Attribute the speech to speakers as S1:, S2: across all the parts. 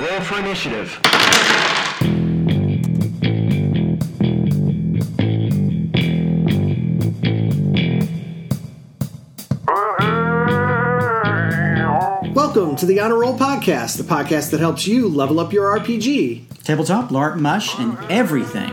S1: Roll for initiative.
S2: Welcome to the Honor Roll Podcast, the podcast that helps you level up your RPG.
S3: Tabletop, LARP, mush, and everything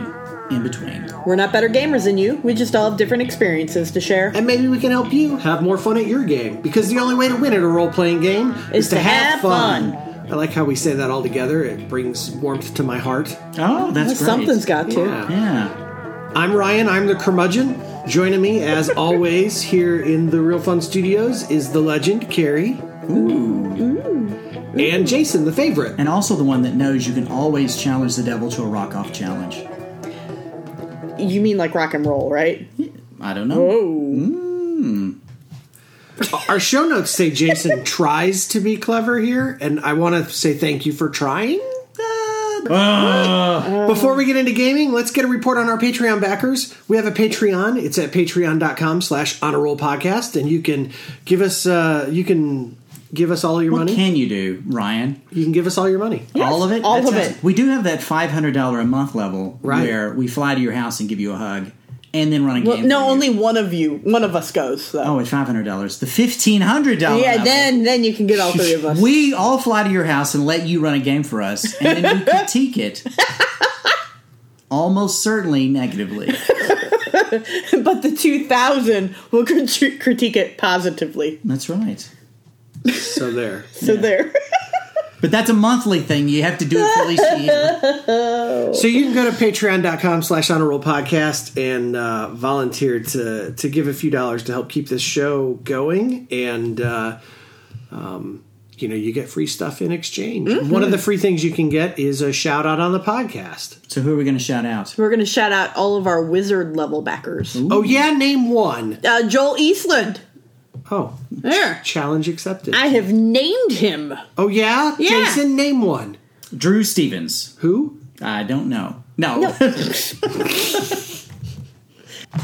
S3: in between.
S4: We're not better gamers than you. We just all have different experiences to share.
S2: And maybe we can help you have more fun at your game, because the only way to win at a role playing game is,
S4: Is to have fun.
S2: I like how we say that all together, it brings warmth to my heart.
S3: Oh, that's great.
S4: Something's got to.
S2: Yeah.
S3: Yeah.
S2: I'm Ryan, I'm the curmudgeon. Joining me, as always, here in the Real Fun Studios is the legend, Carrie. And Jason, the favorite.
S3: And also the one that knows you can always challenge the devil to a rock off challenge.
S4: You mean like rock and roll, right?
S3: I don't know. Hmm.
S4: Oh.
S2: Our show notes say Jason tries to be clever here, and I want to say thank you for trying. Uh,
S3: Ah,
S2: Before we get into gaming, let's get a report on our Patreon backers. We have a Patreon. It's at patreon.com slash honor roll podcast, and you can give us uh, you can give us all your
S3: What
S2: money.
S3: can you do, Ryan?
S2: you can give us all your money.
S3: all of it?
S4: all
S3: That's
S4: of
S3: awesome.
S4: it.
S3: We do have that $500 a month level
S2: Right.
S3: where we fly to your house and give you a hug and then run a
S4: Well,
S3: game.
S4: no,
S3: for you.
S4: only one of you, one of us goes.
S3: Oh,
S4: So.
S3: at $500. The $1,500
S4: yeah,
S3: level.
S4: then then you can get all three of us.
S3: We all fly to your house and let you run a game for us, and then you critique it. Almost certainly negatively.
S4: but the two thousand will crit- critique it positively.
S3: That's right.
S2: So there.
S4: So there.
S3: But that's a monthly thing. You have to do it for at least a year.
S2: So you can go to patreon.com slash honor roll podcast and uh, volunteer to, to give a few dollars to help keep this show going. And, uh, um, you know, you get free stuff in exchange. One of the free things you can get is a shout out on the podcast.
S3: So who are we going to shout out?
S4: We're gonna shout out all of our wizard level backers.
S2: Oh, yeah, name one.
S4: Uh, Joel Eastland.
S2: Oh,
S4: There.
S2: challenge accepted.
S4: I have named him.
S2: oh, yeah?
S4: Yeah.
S2: Jason, name one.
S3: Drew Stevens.
S2: Who?
S3: I don't know. No.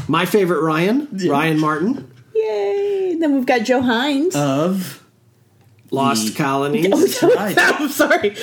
S2: My favorite Ryan, Ryan Martin,
S4: Yay! Then we've got Joe Hines.
S3: of.
S2: Lost Colonies.
S3: Right.
S4: I'm sorry.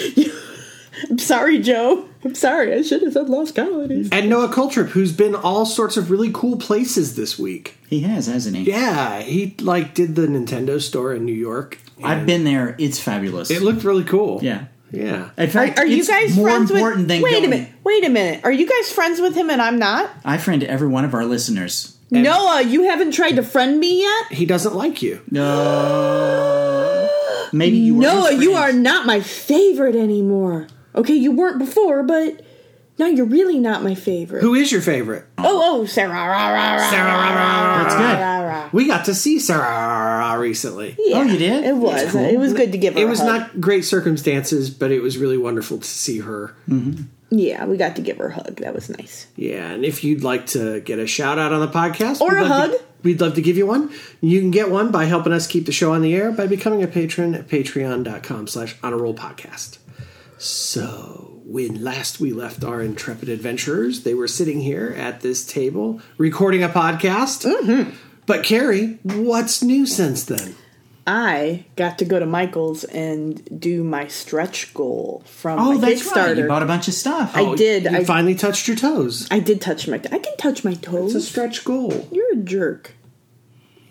S4: I'm sorry, Joe. I'm sorry. I should have said Lost Colonies.
S2: And Noah Coltrip, who's been all sorts of really cool places this week.
S3: He has, hasn't he?
S2: Yeah, he like did the Nintendo store in New York.
S3: I've
S2: and
S3: been there. It's fabulous.
S2: It looked really cool.
S3: yeah.
S2: yeah.
S3: In fact,
S4: Are you
S3: it's
S4: guys
S3: more
S4: friends
S3: important
S4: with?
S3: than
S4: wait a
S3: going-
S4: minute. Wait a minute. Are you guys friends with him and I'm not?
S3: I friend every one of our listeners.
S4: Noah, you haven't tried to friend me yet.
S2: He doesn't like you.
S3: No. Maybe you. were
S4: Noah,
S3: his
S4: you
S3: friend.
S4: are not my favorite anymore. Okay, you weren't before, but now you're really not my favorite.
S2: Who is your favorite?
S4: Oh, oh, Sarah. Rah, rah, rah,
S3: That's
S4: rah,
S3: good.
S4: rah.
S2: We got to see Sarah recently.
S4: Yeah,
S3: Oh, you did?
S4: It was.
S3: That's cool.
S4: It was good to give her.
S2: It
S4: a
S2: was
S4: hug.
S2: not great circumstances, but it was really wonderful to see her.
S4: Yeah, we got to give her a hug. That was nice.
S2: Yeah, and if you'd like to get a shout out on the podcast
S4: Or
S2: we'd
S4: a
S2: love to-
S4: hug.
S2: we'd love to give you one. You can get one by helping us keep the show on the air by becoming a patron at patreon.com slash honor roll podcast. So when last we left our intrepid adventurers, they were sitting here at this table recording a podcast.
S4: Mm-hmm.
S2: But Carrie, what's new since then?
S4: I got to go to Michael's and do my stretch goal from
S3: Oh,
S4: my
S3: that's right. You
S4: Kickstarter.
S3: bought a bunch of stuff. Oh,
S4: I did.
S2: You
S4: I,
S2: finally touched your toes.
S4: I did touch my. I can touch my
S2: It's
S4: toes.
S2: a stretch goal.
S4: You're a jerk.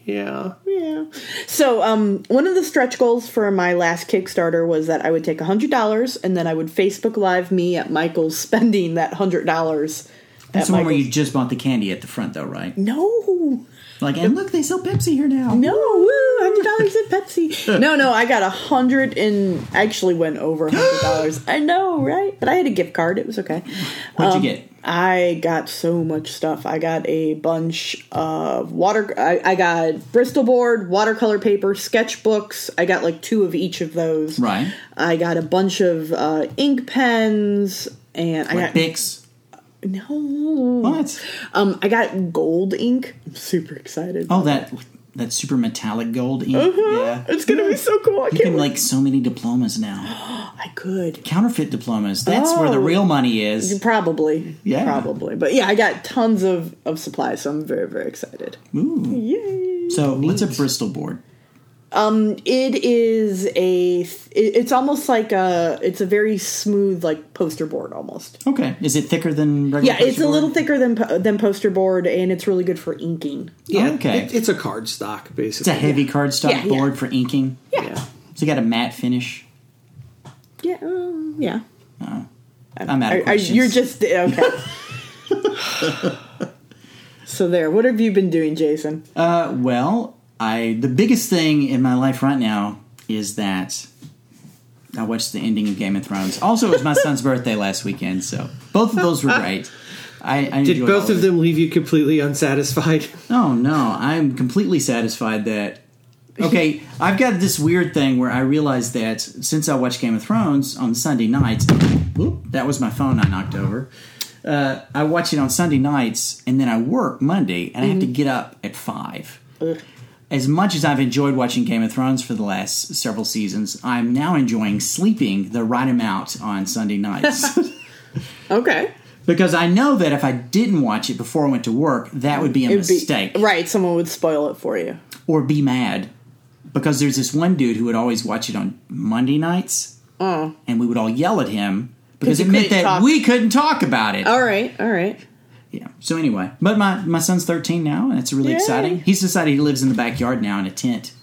S2: Yeah.
S4: Yeah. So, um, one of the stretch goals for my last Kickstarter was that I would take hundred dollars and then I would Facebook Live me at Michael's spending that hundred dollars.
S3: That's the one where you just bought the candy at the front, though, right?
S4: Mm. No,
S3: Like, and look, they sell Pepsi here now.
S4: no, hundred dollars at Pepsi. No, no, I got a hundred and actually went over hundred dollars. I know, right? But I had a gift card. It was okay.
S3: What'd
S4: um,
S3: you get?
S4: I got so much stuff. I got a bunch of water. I, I got Bristol board, watercolor paper, sketchbooks. I got like two of each of those.
S3: Right.
S4: I got a bunch of uh, ink pens, and I
S3: Like
S4: got
S3: Bix.
S4: no.
S3: What?
S4: Um, I got gold ink. I'm super excited.
S3: Oh, that that super metallic gold ink.
S4: Mm-hmm.
S3: Yeah.
S4: it's gonna be so cool. I
S3: You
S4: can't.
S3: can
S4: wait.
S3: like so many diplomas now.
S4: I could
S3: Counterfeit diplomas. That's where the
S4: Oh.
S3: real money is.
S4: probably.
S3: Yeah.
S4: Probably. But yeah, I got tons of of supplies, so I'm very very excited.
S3: Ooh.
S4: Yay!
S3: So what's a Bristol board?
S4: Um, it is a. it- It's almost like a. It's a very smooth like poster board almost.
S3: Okay. Is it thicker than regular?
S4: Yeah, it's
S3: poster
S4: a
S3: board?
S4: little thicker than po- than poster board, and it's really good for inking.
S2: Yeah,
S3: Okay.
S2: it- it's a card stock
S3: It's
S2: basically.
S3: a heavy cardstock
S4: Yeah, yeah.
S3: board for inking.
S2: Yeah.
S3: So you got a matte finish.
S4: Yeah, um, yeah.
S3: I'm out
S4: Are-
S3: of
S4: Um, are-
S3: questions.
S4: you're just okay. so there. What have you been doing, Jason?
S3: Uh, well, I the biggest thing in my life right now is that I watched the ending of Game of Thrones. Also, it was my son's birthday last weekend, so both of those were great. I, I
S2: Did
S3: enjoyed
S2: both
S3: all
S2: of
S3: it.
S2: them leave you completely unsatisfied?
S3: Oh no, I'm completely satisfied that. Okay, I've got this weird thing where I realized that since I watched Game of Thrones on Sunday nights, whoop, that was my phone I knocked over. Uh, I watch it on Sunday nights, and then I work Monday, and I have to
S4: Mm-hmm.
S3: get up at five. As much as I've enjoyed watching Game of Thrones for the last several seasons, I'm now enjoying sleeping the right amount on Sunday nights.
S4: Okay,
S3: because I know that if I didn't watch it before I went to work, that would be a
S4: It'd be-
S3: mistake
S4: right? Someone would spoil it for you.
S3: or be mad because there's this one dude who would always watch it on Monday nights, and we would all yell at him because
S4: Mm. you
S3: it meant
S4: couldn't
S3: that
S4: talk. Oh.
S3: we couldn't talk about it.
S4: All right, all right.
S3: Yeah. So anyway, but my my son's 13 now, and it's really
S4: Yay.
S3: exciting. He's decided he lives in the backyard now in a tent,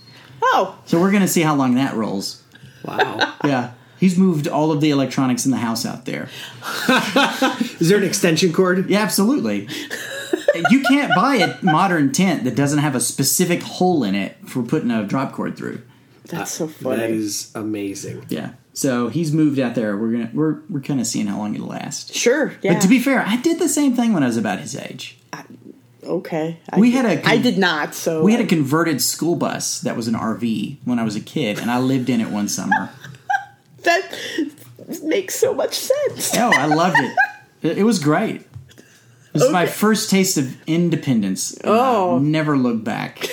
S4: Oh,
S3: so we're gonna see how long that rolls.
S2: Wow.
S3: Yeah. He's moved all of the electronics in the house out there.
S2: Is there an extension cord?
S3: Yeah, absolutely. you can't buy a modern tent that doesn't have a specific hole in it for putting a drop cord through.
S4: that's
S3: Uh,
S4: so funny.
S2: That is amazing.
S3: Yeah. So he's moved out there. We're gonna we're we're kind of seeing how long it'll last.
S4: sure. Yeah.
S3: But to be fair, I did the same thing when I was about his age.
S4: okay, I
S3: We
S4: did-
S3: had a con-
S4: I did not. So
S3: We had a converted school bus that was an RV when I was a kid, and I lived in it one summer.
S4: that makes so much sense.
S3: oh, I loved it. It, it was great. It was my
S4: Okay.
S3: first taste of independence. and
S4: Oh.
S3: I'll never look back.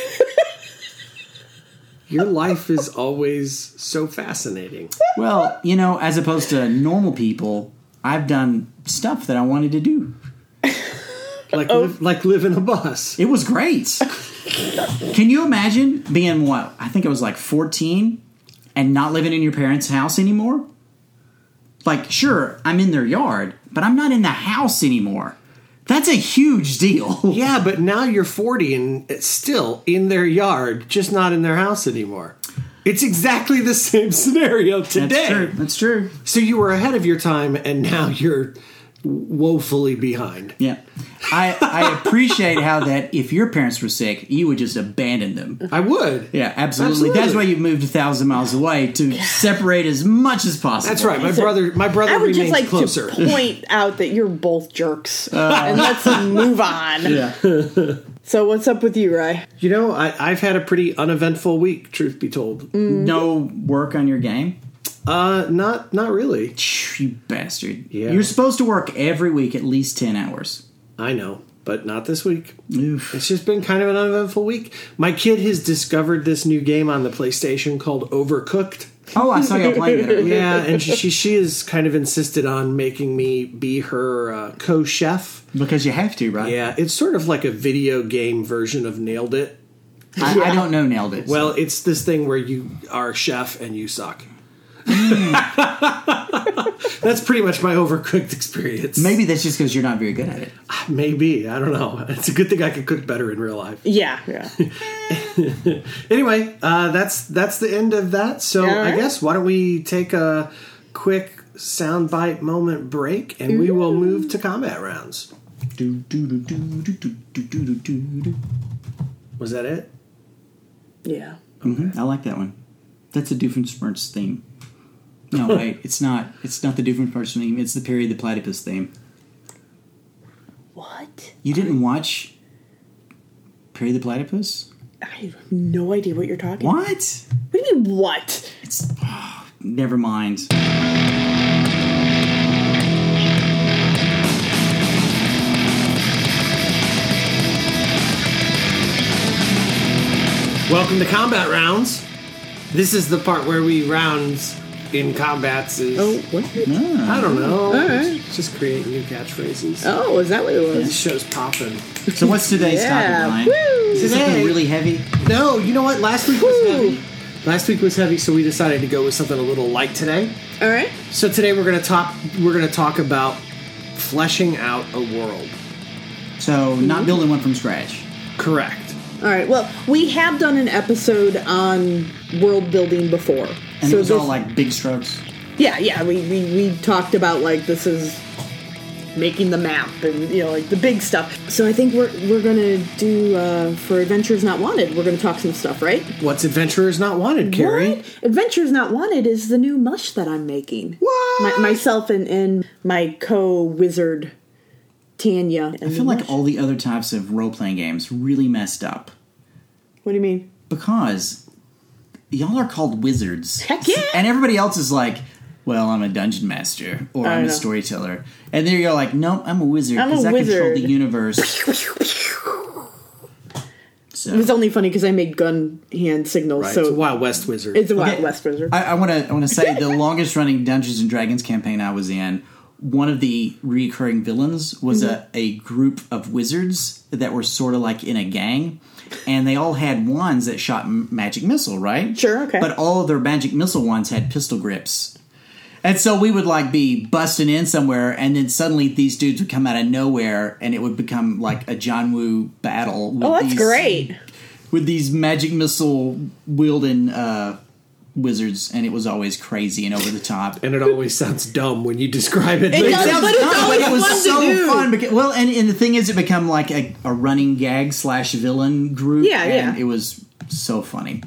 S2: Your life is always so fascinating.
S3: Well, you know, as opposed to normal people, I've done stuff that I wanted to do.
S2: Like
S4: Oh.
S2: live, like living a bus.
S3: It was great. Can you imagine being what? I think I was like 14 and not living in your parents' house anymore? Like, sure, I'm in their yard, but I'm not in the house anymore. That's a huge deal.
S2: Yeah, but now you're 40 and it's still in their yard, just not in their house anymore. It's exactly the same scenario
S3: That's true.
S2: today.
S3: That's true.
S2: So you were ahead of your time and now you're woefully behind.
S3: Yeah. I, I appreciate how that if your parents were sick, you would just abandon them.
S2: I would.
S3: Yeah, absolutely.
S2: Absolutely.
S3: That's why you moved a thousand miles away to separate as much as possible.
S2: That's right. My brother my brother
S4: I would
S2: remains
S4: just like
S2: closer.
S4: to point out that you're both jerks, and let's move on.
S3: Yeah.
S4: So what's up with you, Rye?
S2: You know, I, I've had a pretty uneventful week, truth be told.
S3: Mm. No work on your game?
S2: Uh not not really.
S3: You bastard.
S2: Yeah.
S3: You're supposed to work every week at least 10 hours.
S2: I know, but not this week.
S3: Oof.
S2: It's just been kind of an uneventful week. My kid has discovered this new game on the PlayStation called Overcooked.
S3: Oh, I saw y'all playing it. earlier.
S2: Yeah, and she, she she has kind of insisted on making me be her uh, co-chef.
S3: Because you have to, right?
S2: Yeah, it's sort of like a video game version of Nailed It.
S3: I, I don't know, nailed it.
S2: Well, it's this thing where you are a chef and you suck. That's pretty much my overcooked experience.
S3: maybe that's just because you're not very good at it.
S2: Maybe. I don't know. It's a good thing I could cook better in real life.
S4: Yeah, yeah.
S2: anyway, uh, that's that's the end of that. So
S4: Yeah, all
S2: I
S4: right.
S2: guess why don't we take a quick soundbite moment break, and we will move to combat rounds.
S3: Do, do, do, do, do, do, do, do, do, do.
S2: Was that it?
S4: yeah.
S3: Mhm, I like that one. That's a Doofenshmirtz theme. No, wait, it's not. It's not the Doofenshmirtz theme. It's the Perry the Platypus theme.
S4: What?
S3: You didn't watch Perry the Platypus?
S4: I have no idea what you're talking. What,
S3: What?
S4: what do you mean? What?
S3: It's oh, never mind.
S2: Welcome to combat rounds. This is the part where we rounds in combats is
S4: Oh, what?
S3: Ah.
S2: I don't know.
S4: All right.
S2: Just create new catchphrases.
S4: Oh, is that what it
S2: This
S4: was?
S2: show's popping.
S3: So what's today's
S4: Yeah.
S3: topic line?
S4: Woo!
S3: Is this something
S2: Today-
S3: really heavy?
S2: No, you know what? Last week was
S4: Woo!
S2: heavy. Last week was heavy, so we decided to go with something a little light today.
S4: All right.
S2: So today we're gonna talk. We're gonna talk about fleshing out a world.
S3: So
S4: Mm-hmm.
S3: not building one from scratch.
S2: Correct.
S4: All right. Well, we have done an episode on world building before.
S3: And it was
S4: this,
S3: all like big strokes.
S4: yeah, yeah. We, we we talked about like this is making the map and you know like the big stuff. So I think we're we're gonna do uh, for Adventures Not Wanted. We're gonna talk some stuff, right?
S2: What's adventurers not wanted, Carrie?
S4: What? Adventures Not Wanted is the new mush that I'm making.
S2: What?
S4: My, myself and, and my co wizard Tanya.
S3: I feel like all the other types of role playing games really messed up
S4: What do you mean?
S3: because y'all are called wizards.
S4: Heck yeah.
S3: And everybody else is like, well, I'm a dungeon master or
S4: I
S3: I'm a
S4: know.
S3: storyteller. And there you're like, nope, I'm a wizard
S4: I'm a
S3: because I control
S4: wizard."
S3: the universe.
S4: It
S3: So
S4: was only funny because I made gun hand signals,
S2: Right. it's a
S4: so
S2: Wild West wizard.
S4: it's a Wild
S3: Okay.
S4: West wizard.
S3: I want to I want to say the longest running Dungeons and Dragons campaign I was in. One of the recurring villains was
S4: Mm-hmm.
S3: a, a group of wizards that were sort of like in a gang, and they all had wands that shot m- magic missile, right?
S4: Sure, okay.
S3: But all of their magic missile wands had pistol grips, and so we would like be busting in somewhere, and then suddenly these dudes would come out of nowhere, and it would become like a John Woo battle. With
S4: oh, that's
S3: these-
S4: great.
S3: with these magic missile wielding uh, wizards, and it was always crazy and over the top.
S2: and it always sounds dumb when you describe it.
S4: It does,
S3: sounds
S4: but it's
S3: dumb,
S4: always
S3: it was
S4: fun to
S3: so
S4: do.
S3: fun. Because, well, and, and the thing is, it become like a, a running gag slash villain group.
S4: Yeah,
S3: and
S4: yeah.
S3: It was so funny,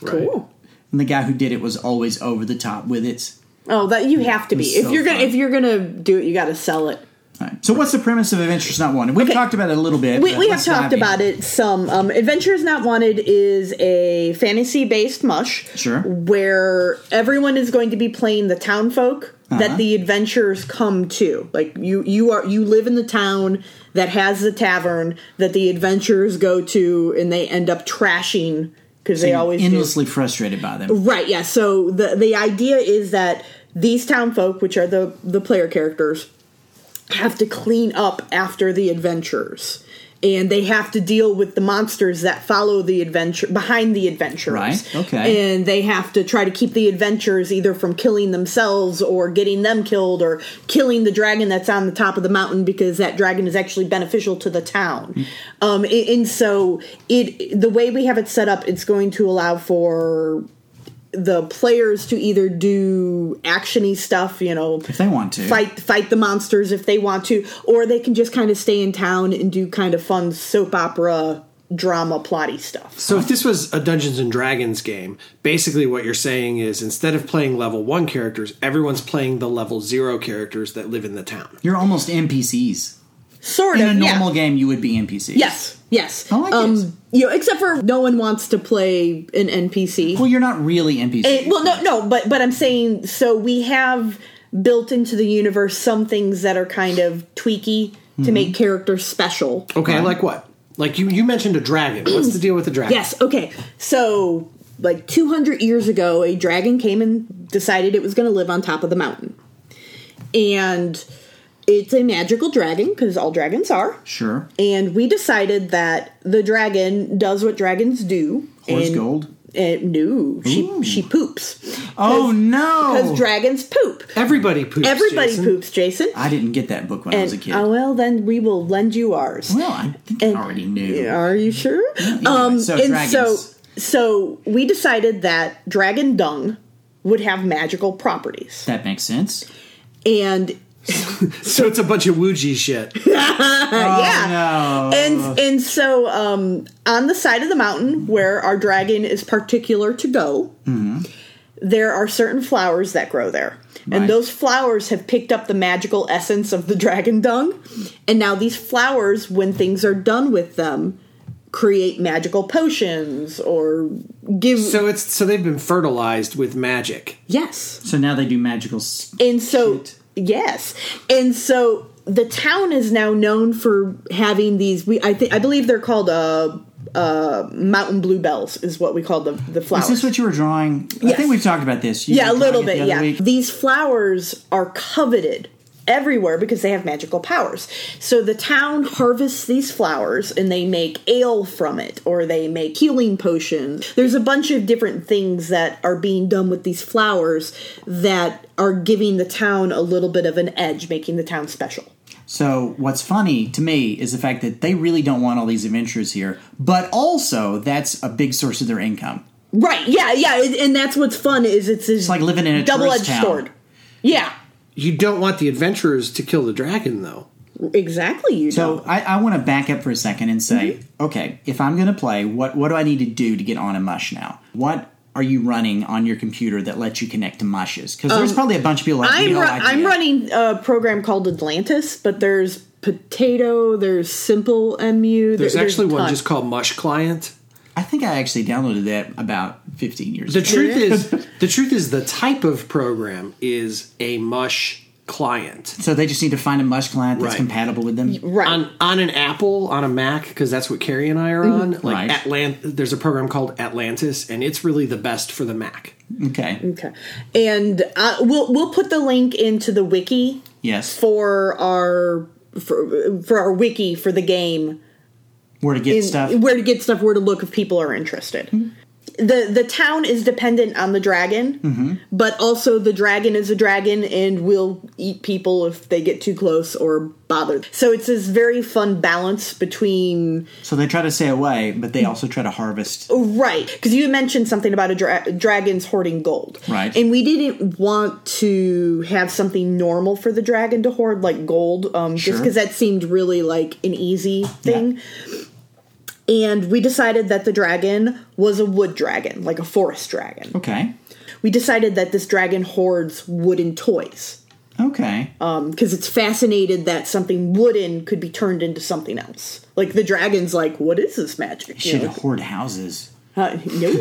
S2: Right.
S4: Cool.
S3: and the guy who did it was always over the top with it.
S4: Oh, that you have to be
S3: was
S4: if
S3: so
S4: you're gonna
S3: fun.
S4: if you're gonna do it, you got to sell it.
S3: All right. So, what's the premise of Adventures Not Wanted? We've
S4: Okay.
S3: talked about it a little bit.
S4: We,
S3: but
S4: we have
S3: let's dive
S4: talked
S3: in.
S4: about it some. Um, Adventures Not Wanted is a fantasy based mush.
S3: Sure.
S4: Where everyone is going to be playing the town folk
S3: Uh-huh.
S4: that the adventurers come to. Like you, you are you live in the town that has the tavern that the adventurers go to, and they end up trashing because they always do.
S3: Endlessly frustrated by them.
S4: Right. Yeah. So the the idea is that these town folk, which are the the player characters, have to clean up after the adventurers. And they have to deal with the monsters that follow the adventure behind the adventurers.
S3: Right, okay.
S4: And they have to try to keep the adventurers either from killing themselves or getting them killed or killing the dragon that's on the top of the mountain because that dragon is actually beneficial to the town.
S3: Mm.
S4: Um, and, and so it the way we have it set up, it's going to allow for the players to either do actiony stuff, you know,
S3: If they want to
S4: fight fight the monsters if they want to, or they can just kind of stay in town and do kind of fun soap opera drama plotty stuff.
S2: So if this was a Dungeons and Dragons game, basically what you're saying is instead of playing level one characters, everyone's playing the level zero characters that live in the town.
S3: you're almost NPCs.
S4: Sort
S3: In
S4: of
S3: a
S4: yeah.
S3: normal game, you would be NPCs.
S4: Yes, yes. Um,
S3: I like it.
S4: You know, except for no one wants to play an NPC.
S3: Well, you're not really NPCs.
S4: It- Eh, well, no, no, but but I'm saying so we have built into the universe some things that are kind of tweaky
S3: Mm-hmm.
S4: to make characters special.
S2: Okay,
S3: Right.
S2: like what? Like you, you mentioned a dragon. What's the deal with the dragon?
S4: Yes. Okay. So, like 200 years ago, a dragon came and decided it was going to live on top of the mountain. And it's a magical dragon because all dragons are.
S3: Sure.
S4: And we decided that the dragon does what dragons do.
S3: Horse
S4: and,
S3: gold.
S4: And no,
S3: Ooh.
S4: she she poops.
S3: Oh
S4: Because
S3: no!
S4: dragons poop.
S2: Everybody poops.
S4: Everybody
S2: Jason.
S4: poops, Jason.
S3: I didn't get that book when I was a
S4: And
S3: kid.
S4: oh well, then we will lend you ours.
S3: well, I think
S4: and-
S3: I already knew.
S4: Are you sure? um,
S3: Mm-hmm. so
S4: and
S3: dragons.
S4: so, so we decided that dragon dung would have magical properties,
S3: That makes sense.
S4: and uh,
S2: So it's a bunch of Ouija shit.
S3: Oh, No.
S4: and and so um, on the side of the mountain where our dragon is particular to go,
S3: Mm-hmm.
S4: there are certain flowers that grow there.
S3: Right.
S4: And those flowers have picked up the magical essence of the dragon dung. And now these flowers, when things are done with them, create magical potions or give.
S2: So it's so they've been fertilized with magic.
S4: yes.
S3: So now they do magical. s-
S4: And so, yes, and so the town is now known for having these. We I think I believe they're called uh, uh, mountain bluebells is what we call the the
S3: Is this
S4: flowers.
S3: what you were drawing? I
S4: Yes.
S3: think we've talked about this. You
S4: Yeah, a
S3: were
S4: little
S3: drawing it
S4: bit.
S3: the other
S4: Yeah,
S3: week.
S4: these flowers are coveted everywhere because they have magical powers. So the town harvests these flowers and they make ale from it or they make healing potions. There's a bunch of different things that are being done with these flowers that are giving the town a little bit of an edge, making the town special.
S3: So what's funny to me is the fact that they really don't want all these adventures here, but also that's a big source of their income.
S4: Right. Yeah, yeah, and- and that's what's fun is it's this
S3: It's like living in a
S4: double-edged
S3: tourist town.
S4: sword. Yeah.
S2: You don't want the adventurers to kill the dragon, though.
S4: Exactly, you
S3: So
S4: know.
S3: I, I want to back up for a second and say,
S4: Mm-hmm.
S3: okay, if I'm going to play, what what do I need to do to get on a mush now? What are you running on your computer that lets you connect to mushes? Because there's probably a bunch of people. Like,
S4: Um, I'm
S3: no
S4: ru-
S3: idea.
S4: I'm running a program called Atlantis, but there's Potato, there's Simple MU.
S2: There's actually one
S4: tons.
S2: just called Mush Client.
S3: I think I actually downloaded that about 15 years
S2: The
S3: ago.
S2: truth is, the truth is, the type of program is a Mush Client
S3: So they just need to find a mush client that's
S2: Right.
S3: compatible with them.
S4: right.
S2: on on an Apple on a Mac because that's what Carrie and I are on. Like
S3: Right.
S2: Atlant- there's a program called Atlantis, and it's really the best for the Mac.
S3: Okay.
S4: Okay, and uh, we'll we'll put the link into the wiki
S3: Yes.
S4: for our for, for our wiki for the game.
S3: Where to get
S4: in-
S3: stuff.
S4: Where to get stuff? Where to look if people are interested. The the town is dependent on the dragon, but also the dragon is a dragon and will eat people if they get too close or bothered. So it's this very fun balance between
S3: So they try to stay away, but
S4: Mm.
S3: they also try to harvest.
S4: Oh. Right, because you mentioned something about a dra- dragon's hoarding gold,
S3: Right.
S4: And we didn't want to have something normal for the dragon to hoard, like gold, um, just
S3: Sure.
S4: because that seemed really like an easy thing. And we decided that the dragon was a wood dragon, like a forest dragon.
S3: Okay.
S4: We decided that this dragon hoards wooden toys
S3: Okay.
S4: because it's fascinated that something wooden could be turned into something else. Like the dragon's like, what is this magic? You
S3: Should
S4: know?
S3: hoard houses.
S4: Uh, no.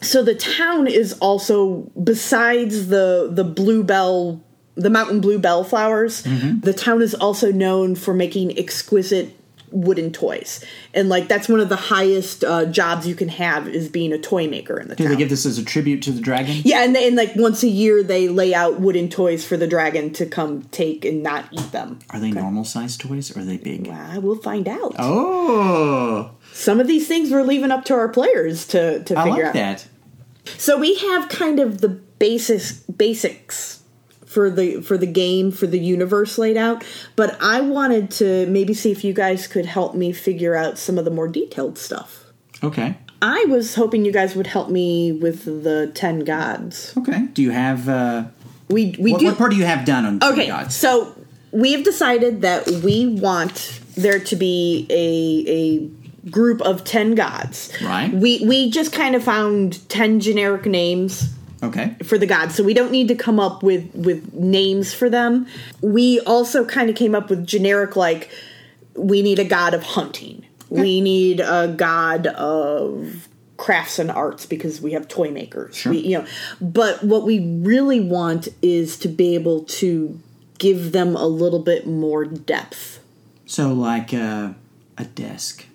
S4: so the town is also besides the the bluebell the mountain bluebell flowers.
S3: Mm-hmm.
S4: The town is also known for making exquisite wooden toys, and like that's one of the highest uh, jobs you can have is being a toy maker in the
S3: Do
S4: town.
S3: they give this as a tribute to the dragon?
S4: yeah, and, they, and like once a year they lay out wooden toys for the dragon to come take and not eat them.
S3: Are they normal sized toys or are they big?
S4: I will find out.
S3: Oh,
S4: Some of these things we're leaving up to our players to to
S3: I
S4: figure
S3: like
S4: out.
S3: that.
S4: So we have kind of the basis basics for the for the game for the universe laid out, but I wanted to maybe see if you guys could help me figure out some of the more detailed stuff.
S3: Okay.
S4: I was hoping you guys would help me with the ten gods.
S3: Okay. Do you have uh,
S4: We we
S3: what,
S4: do
S3: what part do you have done on
S4: okay.
S3: Gods?
S4: So we have decided that we want there to be a a group of ten gods.
S3: Right.
S4: We we just kind of found ten generic names
S3: Okay.
S4: for the gods so we don't need to come up with with names for them we also kind of came up with generic like we need a god of hunting we need a god of crafts and arts because we have toy makers we, you know but what we really want is to be able to give them a little bit more depth
S3: So like uh, a desk.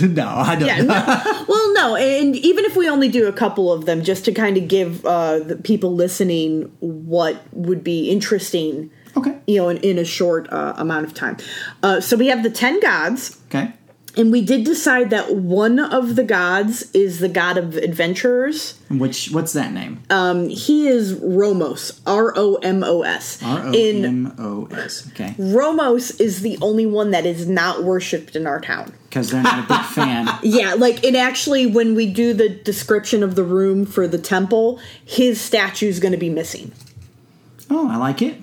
S3: No, I don't.
S4: Yeah, no. well, no, and even if we only do a couple of them, just to kind of give uh, the people listening what would be interesting,
S3: Okay.
S4: you know, in, in a short uh, amount of time. Uh, so we have the ten gods,
S3: Okay.
S4: and we did decide that one of the gods is the god of adventurers.
S3: And Which what's that name?
S4: Uh, He is Romos, R O M O S.
S3: R O
S4: In
S3: M O S. Okay.
S4: Romos is the only one that is not worshipped in our town.
S3: Because they're not a big fan.
S4: Yeah, like and actually when we do the description of the room for the temple, his statue's going to be missing.
S3: Oh, I like it.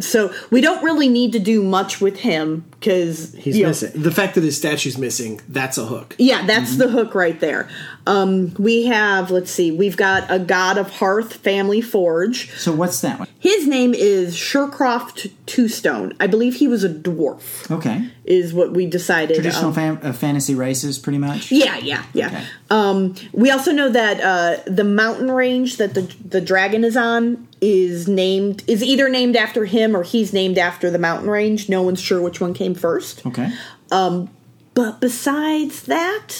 S4: So we don't really need to do much with him cuz
S2: He's missing the fact that his statue's missing. That's a hook.
S4: Yeah, that's
S2: Mm-hmm.
S4: the hook right there. Um we have, let's see, we've got a god of hearth, family forge.
S3: So what's that one?
S4: His name is Shercroft Twostone. I believe he was a dwarf
S3: Okay.
S4: is what we decided.
S3: Traditional
S4: um,
S3: fan- uh, fantasy races, pretty much.
S4: Yeah, yeah, yeah.
S3: Okay.
S4: Um, we also know that uh, the mountain range that the the dragon is on is named is either named after him or he's named after the mountain range. No
S3: Oh.
S4: one's sure which one came first.
S3: Okay.
S4: But besides that,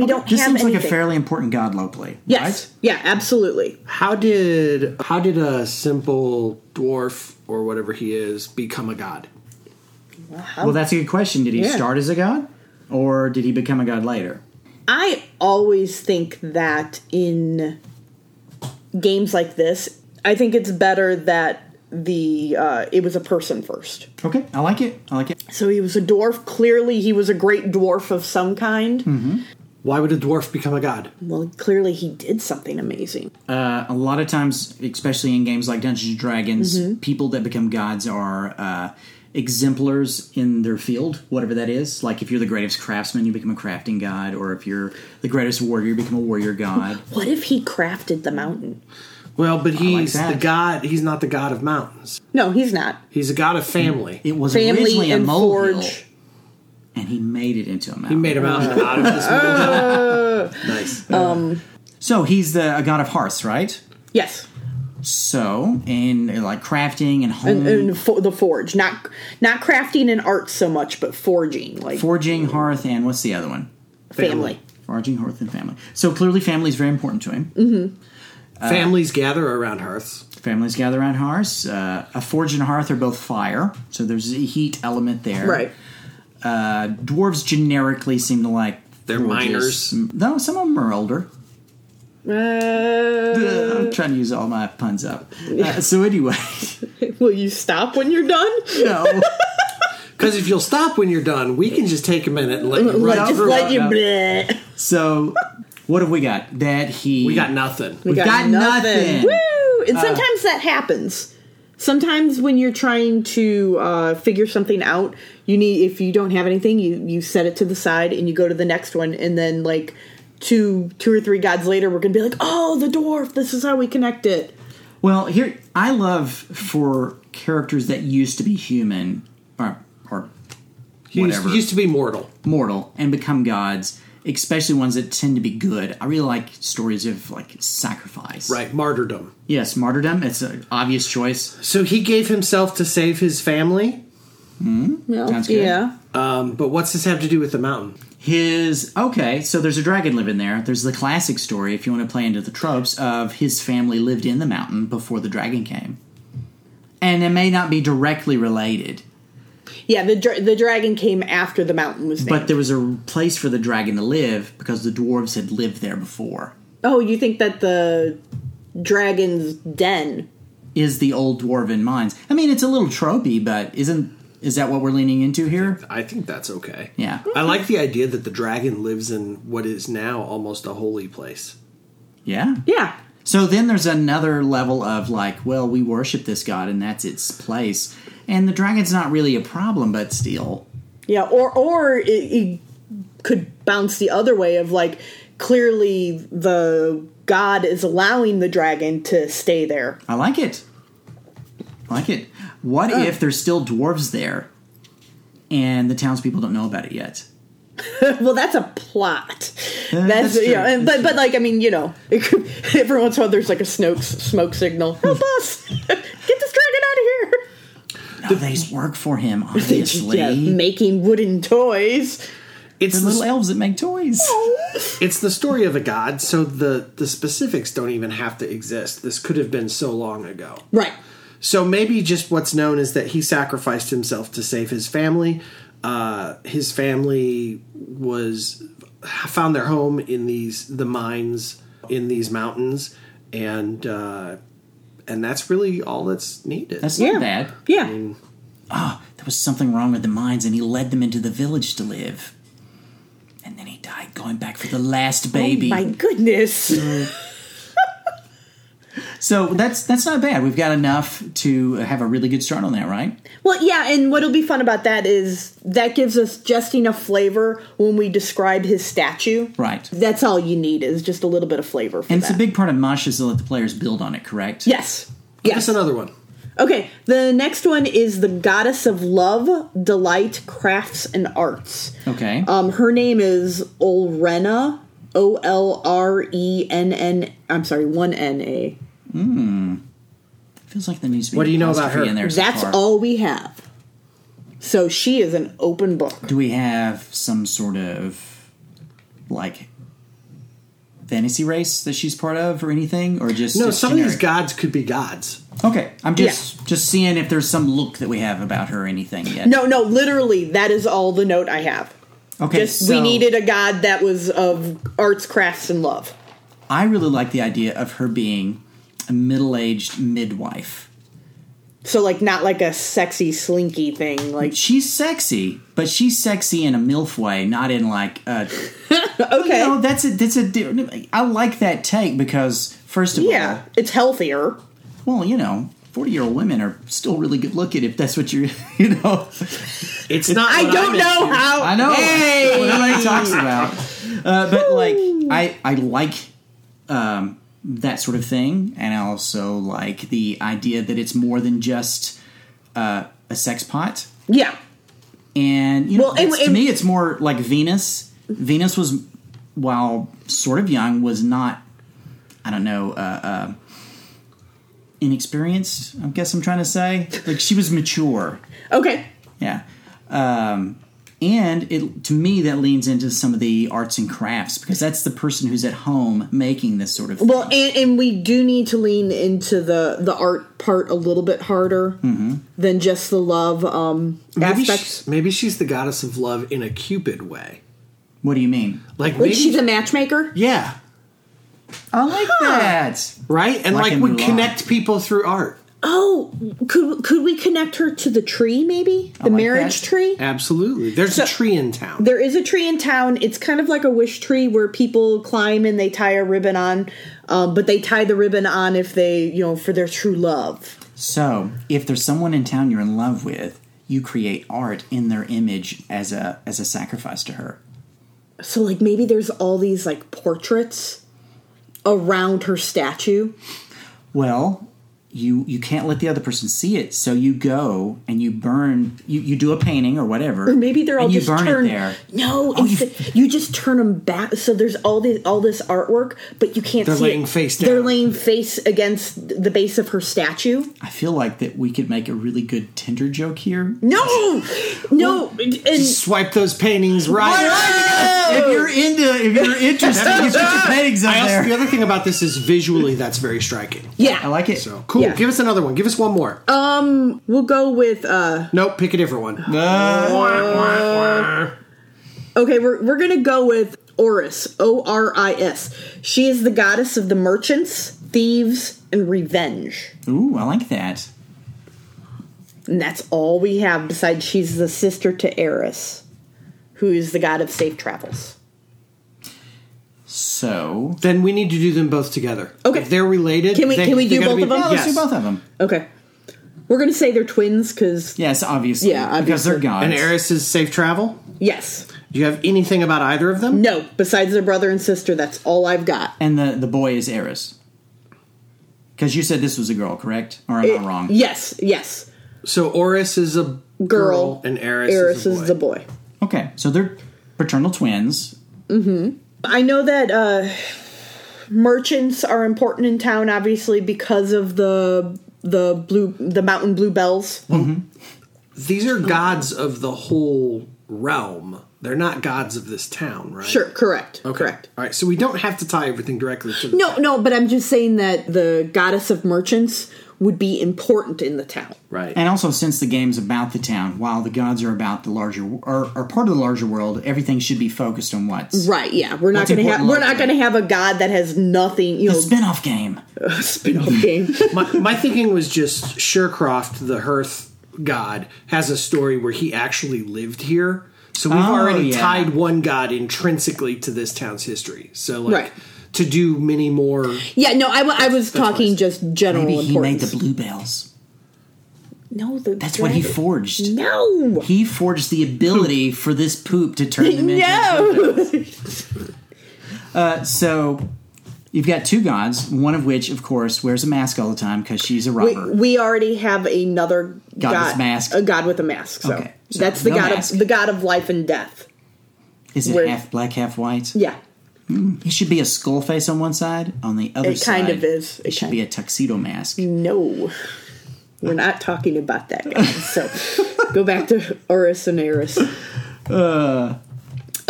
S4: We don't
S3: Just
S4: have
S3: seems like
S4: anything.
S3: a fairly important god locally.
S4: yes.
S3: right?
S4: Yeah, absolutely.
S2: How did how did a simple dwarf or whatever he is become a god?
S3: Well, that's a good question. Did he
S4: Yeah.
S3: start as a god, or did he become a god later?
S4: I always think that in games like this, I think it's better that the uh, it was a person first.
S3: Okay, I like it. I like it.
S4: So he was a dwarf. Clearly, he was a great dwarf of some kind.
S2: Why would a dwarf become a god?
S4: Well, clearly, he did something amazing.
S3: Uh, a lot of times, especially in games like Dungeons and Dragons, people that become gods are uh, exemplars in their field, whatever that is. Like if you're the greatest craftsman, you become a crafting god, or if you're the greatest warrior, you become a warrior god.
S4: What if he crafted the mountain?
S2: Well, but he's
S3: that.
S2: the god. He's not the god of mountains.
S4: No, he's not.
S2: He's a god of family.
S3: It was
S4: Family
S3: originally a
S4: and
S3: molehill,
S4: forge.
S3: and he made it into a mountain.
S2: He made a mountain out of this molehill. nice.
S3: so he's the a god of hearths, right?
S4: Yes,
S3: So in uh, like crafting and home
S4: and, and fo- the forge, not not crafting and art so much, but forging, like
S3: forging, hearth, and what's the other one?
S4: family.
S3: Forging, hearth, and family. So clearly, family is very important to him.
S2: Families gather around hearths.
S3: Families gather around hearths. Uh, a forge and a hearth are both fire, so there's a heat element there.
S4: Right.
S3: Uh, dwarves generically seem to like.
S2: They're
S3: forges.
S2: miners.
S3: No, some of them are older.
S4: Uh,
S3: I'm trying to use all my puns up. Uh, so anyway,
S4: will you stop when you're done?
S3: no.
S2: Because if you'll stop when you're done, we can just take a minute and let you
S4: Like,
S2: run
S4: just
S2: through
S4: let
S2: it.
S4: you.
S3: no.
S4: bleh.
S3: So what have we got? That he
S2: We got nothing.
S3: We've got nothing. Uh,
S4: Woo! And sometimes that happens. Sometimes when you're trying to uh, figure something out, you need if you don't have anything, you you set it to the side and you go to the next one, and then like two two or three gods later, we're gonna be like, oh, the dwarf. This is how we connect it.
S3: Well, here I love for characters that used to be human or, or
S2: He used,
S3: whatever.
S2: he used to be mortal.
S3: mortal and become gods, especially ones that tend to be good. I really like stories of like sacrifice.
S2: Right. Martyrdom.
S3: Yes, martyrdom. It's an obvious choice.
S2: So he gave himself to save his family.
S4: Well,
S3: Sounds good.
S4: Yeah.
S2: Um, but what's this have to do with the mountain?
S3: His okay, so there's a dragon living there. There's the classic story, if you want to play into the tropes, of his family lived in the mountain before the dragon came, and it may not be directly related.
S4: Yeah, the dra- the dragon came after the mountain was named.
S3: But there was a place for the dragon to live because the dwarves had lived there before.
S4: oh, you think that the dragon's den?
S3: Is the old dwarven mines? I mean, it's a little tropey, but isn't is that what we're leaning into here?
S2: I think that's okay.
S3: Yeah.
S2: I like the idea that the dragon lives in what is now almost a holy place.
S3: Yeah.
S4: Yeah.
S3: So then there's another level of like, well, we worship this god and that's its place. And the dragon's not really a problem, but still.
S4: Yeah, or or it, it could bounce the other way of like clearly the god is allowing the dragon to stay there.
S3: I like it. I like it. What if there's still dwarves there and the townspeople don't know about it yet?
S4: well, that's a plot.
S3: Yeah,
S4: that's
S3: Eh, that's
S4: you
S3: true.
S4: know, and, but but like I mean, you know, it could, every once in a while there's like a smoke smoke signal. Help us! Get this dragon out of here!
S3: No, they just work for him, obviously.
S4: Yeah, making wooden toys.
S2: It's
S3: They're
S2: the,
S3: little elves that make toys. Oh.
S2: it's the story of a god, so the, the specifics don't even have to exist. This could have been so long ago.
S4: Right.
S2: So maybe just what's known is that he sacrificed himself to save his family. Uh, his family was found their home in these the mines in these mountains, and uh, and that's really all that's needed.
S3: That's
S4: Yeah.
S3: not bad.
S4: Yeah.
S3: There was something wrong with the mines, and he led them into the village to live. And then he died going back for the last baby.
S4: Oh My goodness.
S3: so that's that's not bad. We've got enough to have a really good start on that, right?
S4: Well, yeah, and what'll be fun about that is that gives us just enough flavor when we describe his statue.
S3: Right.
S4: That's all you need is just a little bit of flavor for
S3: And
S4: that.
S3: it's a big part of Mush is to let the players build on it, correct?
S4: yes.
S2: That's
S4: Yes.
S2: another one.
S4: Okay, the next one is the goddess of love, delight, crafts, and arts.
S3: Okay.
S4: Um, her name is Olrena, O L R E N N. I'm sorry, one N A.
S3: Feels like there needs to be.
S2: What do you
S3: an
S2: know about
S3: apostrophe
S2: her?
S3: In there so
S4: That's
S3: far.
S4: all we have. So she is an open book.
S3: Do we have some sort of like fantasy race that she's part of or anything, or just
S2: No,
S3: just
S2: some of these
S3: generic?
S2: gods could be gods.
S3: Okay, I'm just just seeing if there's some look that we have about her or anything yet.
S4: No, no, literally, that is all the note I have.
S3: okay,
S4: Just we
S3: so
S4: needed a god that was of arts, crafts, and love.
S3: I really like the idea of her being a middle-aged midwife.
S4: So like not like a sexy slinky thing. Like
S3: She's sexy, but she's sexy in a milf way, not in like a
S4: okay,
S3: No, that's a that's a. di- I like that take because first of
S4: yeah, it's healthier.
S3: all, well, you know, forty year old women are still really good looking if that's what you're, you know.
S2: It's not.
S4: I
S2: what
S4: don't
S2: meant
S4: know
S2: to.
S4: how.
S3: I know
S4: Hey!
S3: nobody talks about, uh, but like I I like um, that sort of thing, and I also like the idea that it's more than just uh, a sex pot.
S4: Yeah,
S3: and you know,
S4: Well, and-
S3: it's- to
S4: and-
S3: me, it's more like Venus. Venus was, while sort of young, was not. I don't know. Uh, uh, inexperienced. I guess I'm trying to say, like she was mature.
S4: okay,
S3: Yeah. Um, and it to me that leans into some of the arts and crafts because that's the person who's at home making this sort of.
S4: Well, and, and we do need to lean into the the art part a little bit harder than just the love um,
S2: Maybe,
S4: aspects.
S2: she's, maybe she's the goddess of love in a Cupid way.
S3: what do you mean?
S2: Like
S4: Like
S2: maybe,
S4: she's a matchmaker.
S2: yeah,
S3: I like that.
S2: right, and
S3: Like
S2: like,
S3: in
S2: we
S3: Mulan.
S2: connect people through art.
S4: Oh, could could we connect her to the tree? Maybe the
S3: like
S4: marriage
S3: that.
S4: tree.
S2: Absolutely, there's a
S4: So-
S2: tree in town.
S4: There is a tree in town. It's kind of like a wish tree where people climb and they tie a ribbon on, um, but they tie the ribbon on if they, you know, for their true love.
S3: So, if there's someone in town you're in love with, you create art in their image as a as a sacrifice to her.
S4: So like maybe there's all these like portraits around her statue.
S3: Well, you you can't let the other person see it, so you go and you burn you, you do a painting or whatever. Or
S4: Maybe they're all
S3: and
S4: just
S3: you burn
S4: turned.
S3: it there. Oh,
S4: No, it's the- you just turn them back. So there's all this all this artwork, but you can't.
S2: They're
S4: see
S2: laying
S4: it.
S2: face
S4: They're
S2: down.
S4: laying face against the base of her statue.
S3: I feel like that we could make a really good Tinder joke here.
S4: No, no, and
S2: Swipe those paintings right.
S3: If you're into if you're interested, you put your paintings up
S2: I also, the
S3: there.
S2: other thing about this is visually that's very striking.
S4: yeah,
S3: I like it.
S2: So cool.
S4: Yeah. Uh,
S2: Give us another one. Give us one more.
S4: We'll go with uh
S2: nope. Pick a different one.
S3: Uh,
S4: okay. We're we're gonna go with Oris. O R I S. She is the goddess of the merchants, thieves, and revenge.
S3: Ooh, I like that.
S4: And that's all we have besides she's the sister to Eris, who is the god of safe travels.
S3: So
S2: Then we need to do them both together.
S4: Okay.
S2: If they're related.
S4: Can we-
S2: they-
S4: can we
S2: they
S4: do
S2: gotta
S4: both
S2: be-
S4: of them?
S3: yeah, let's
S2: Yes.
S3: do both of them.
S4: Okay. We're going to say they're twins because,
S3: Yes, obviously.
S4: Yeah,
S3: because they're
S4: obviously.
S3: gods.
S2: And Eris is safe travel.
S4: yes.
S2: Do you have anything about either of them?
S4: No, besides their brother and sister, that's all I've got.
S3: And the, the boy is Eris. Because you said this was a girl, correct? Or am I wrong?
S4: Yes, yes.
S2: So Oris is a girl,
S4: Girl.
S2: and Eris, is,
S4: Eris
S2: a boy.
S4: is the boy.
S3: Okay, so they're paternal twins.
S4: I know that uh, merchants are important in town, obviously, because of the the blue the mountain bluebells.
S2: These are gods of the whole realm. They're not gods of this town, right?
S4: Sure, correct,
S2: Okay.
S4: correct.
S2: All right. So we don't have to tie everything directly to. The
S4: No, no, but I'm just saying that the goddess of merchants would be important in the town.
S2: Right.
S3: And also, since the game's about the town, while the gods are about the larger, or are part of the larger world, everything should be focused on what's
S4: Right, yeah. We're not
S3: What's
S4: going to have
S3: important locally?
S4: we're not going to have a god that has nothing, you
S3: the
S4: know,
S3: spin-off game.
S4: spin-off game.
S2: my, my thinking was just Surecroft, the Hearth god, has a story where he actually lived here. So we've
S3: Oh,
S2: already
S3: yeah.
S2: tied one god intrinsically to this town's history. So like
S4: Right.
S2: to do many more.
S4: Yeah, no, I, wa- I was talking just general
S3: Maybe he made
S4: importance.
S3: the bluebells.
S4: no, the
S3: That's what he
S4: dragon-
S3: forged.
S4: No,
S3: He forged the ability for this poop to turn them into.
S4: no.
S3: So you've got two gods, one of which, of course, wears a mask all the time because she's a
S4: we,
S3: robber.
S4: we already have another
S3: God with mask.
S4: a god with a mask. So,
S3: Okay, so
S4: that's the
S3: no
S4: god
S3: mask.
S4: of the god of life and death.
S3: Is it
S4: we're-
S3: half black, half white?
S4: Yeah,
S3: He should be a skull face on one side. On the other
S4: it
S3: side,
S4: kind of is. It
S3: It should
S4: kind
S3: be a tuxedo mask.
S4: no. We're not talking about that, guys. So go back to Oris and Eris.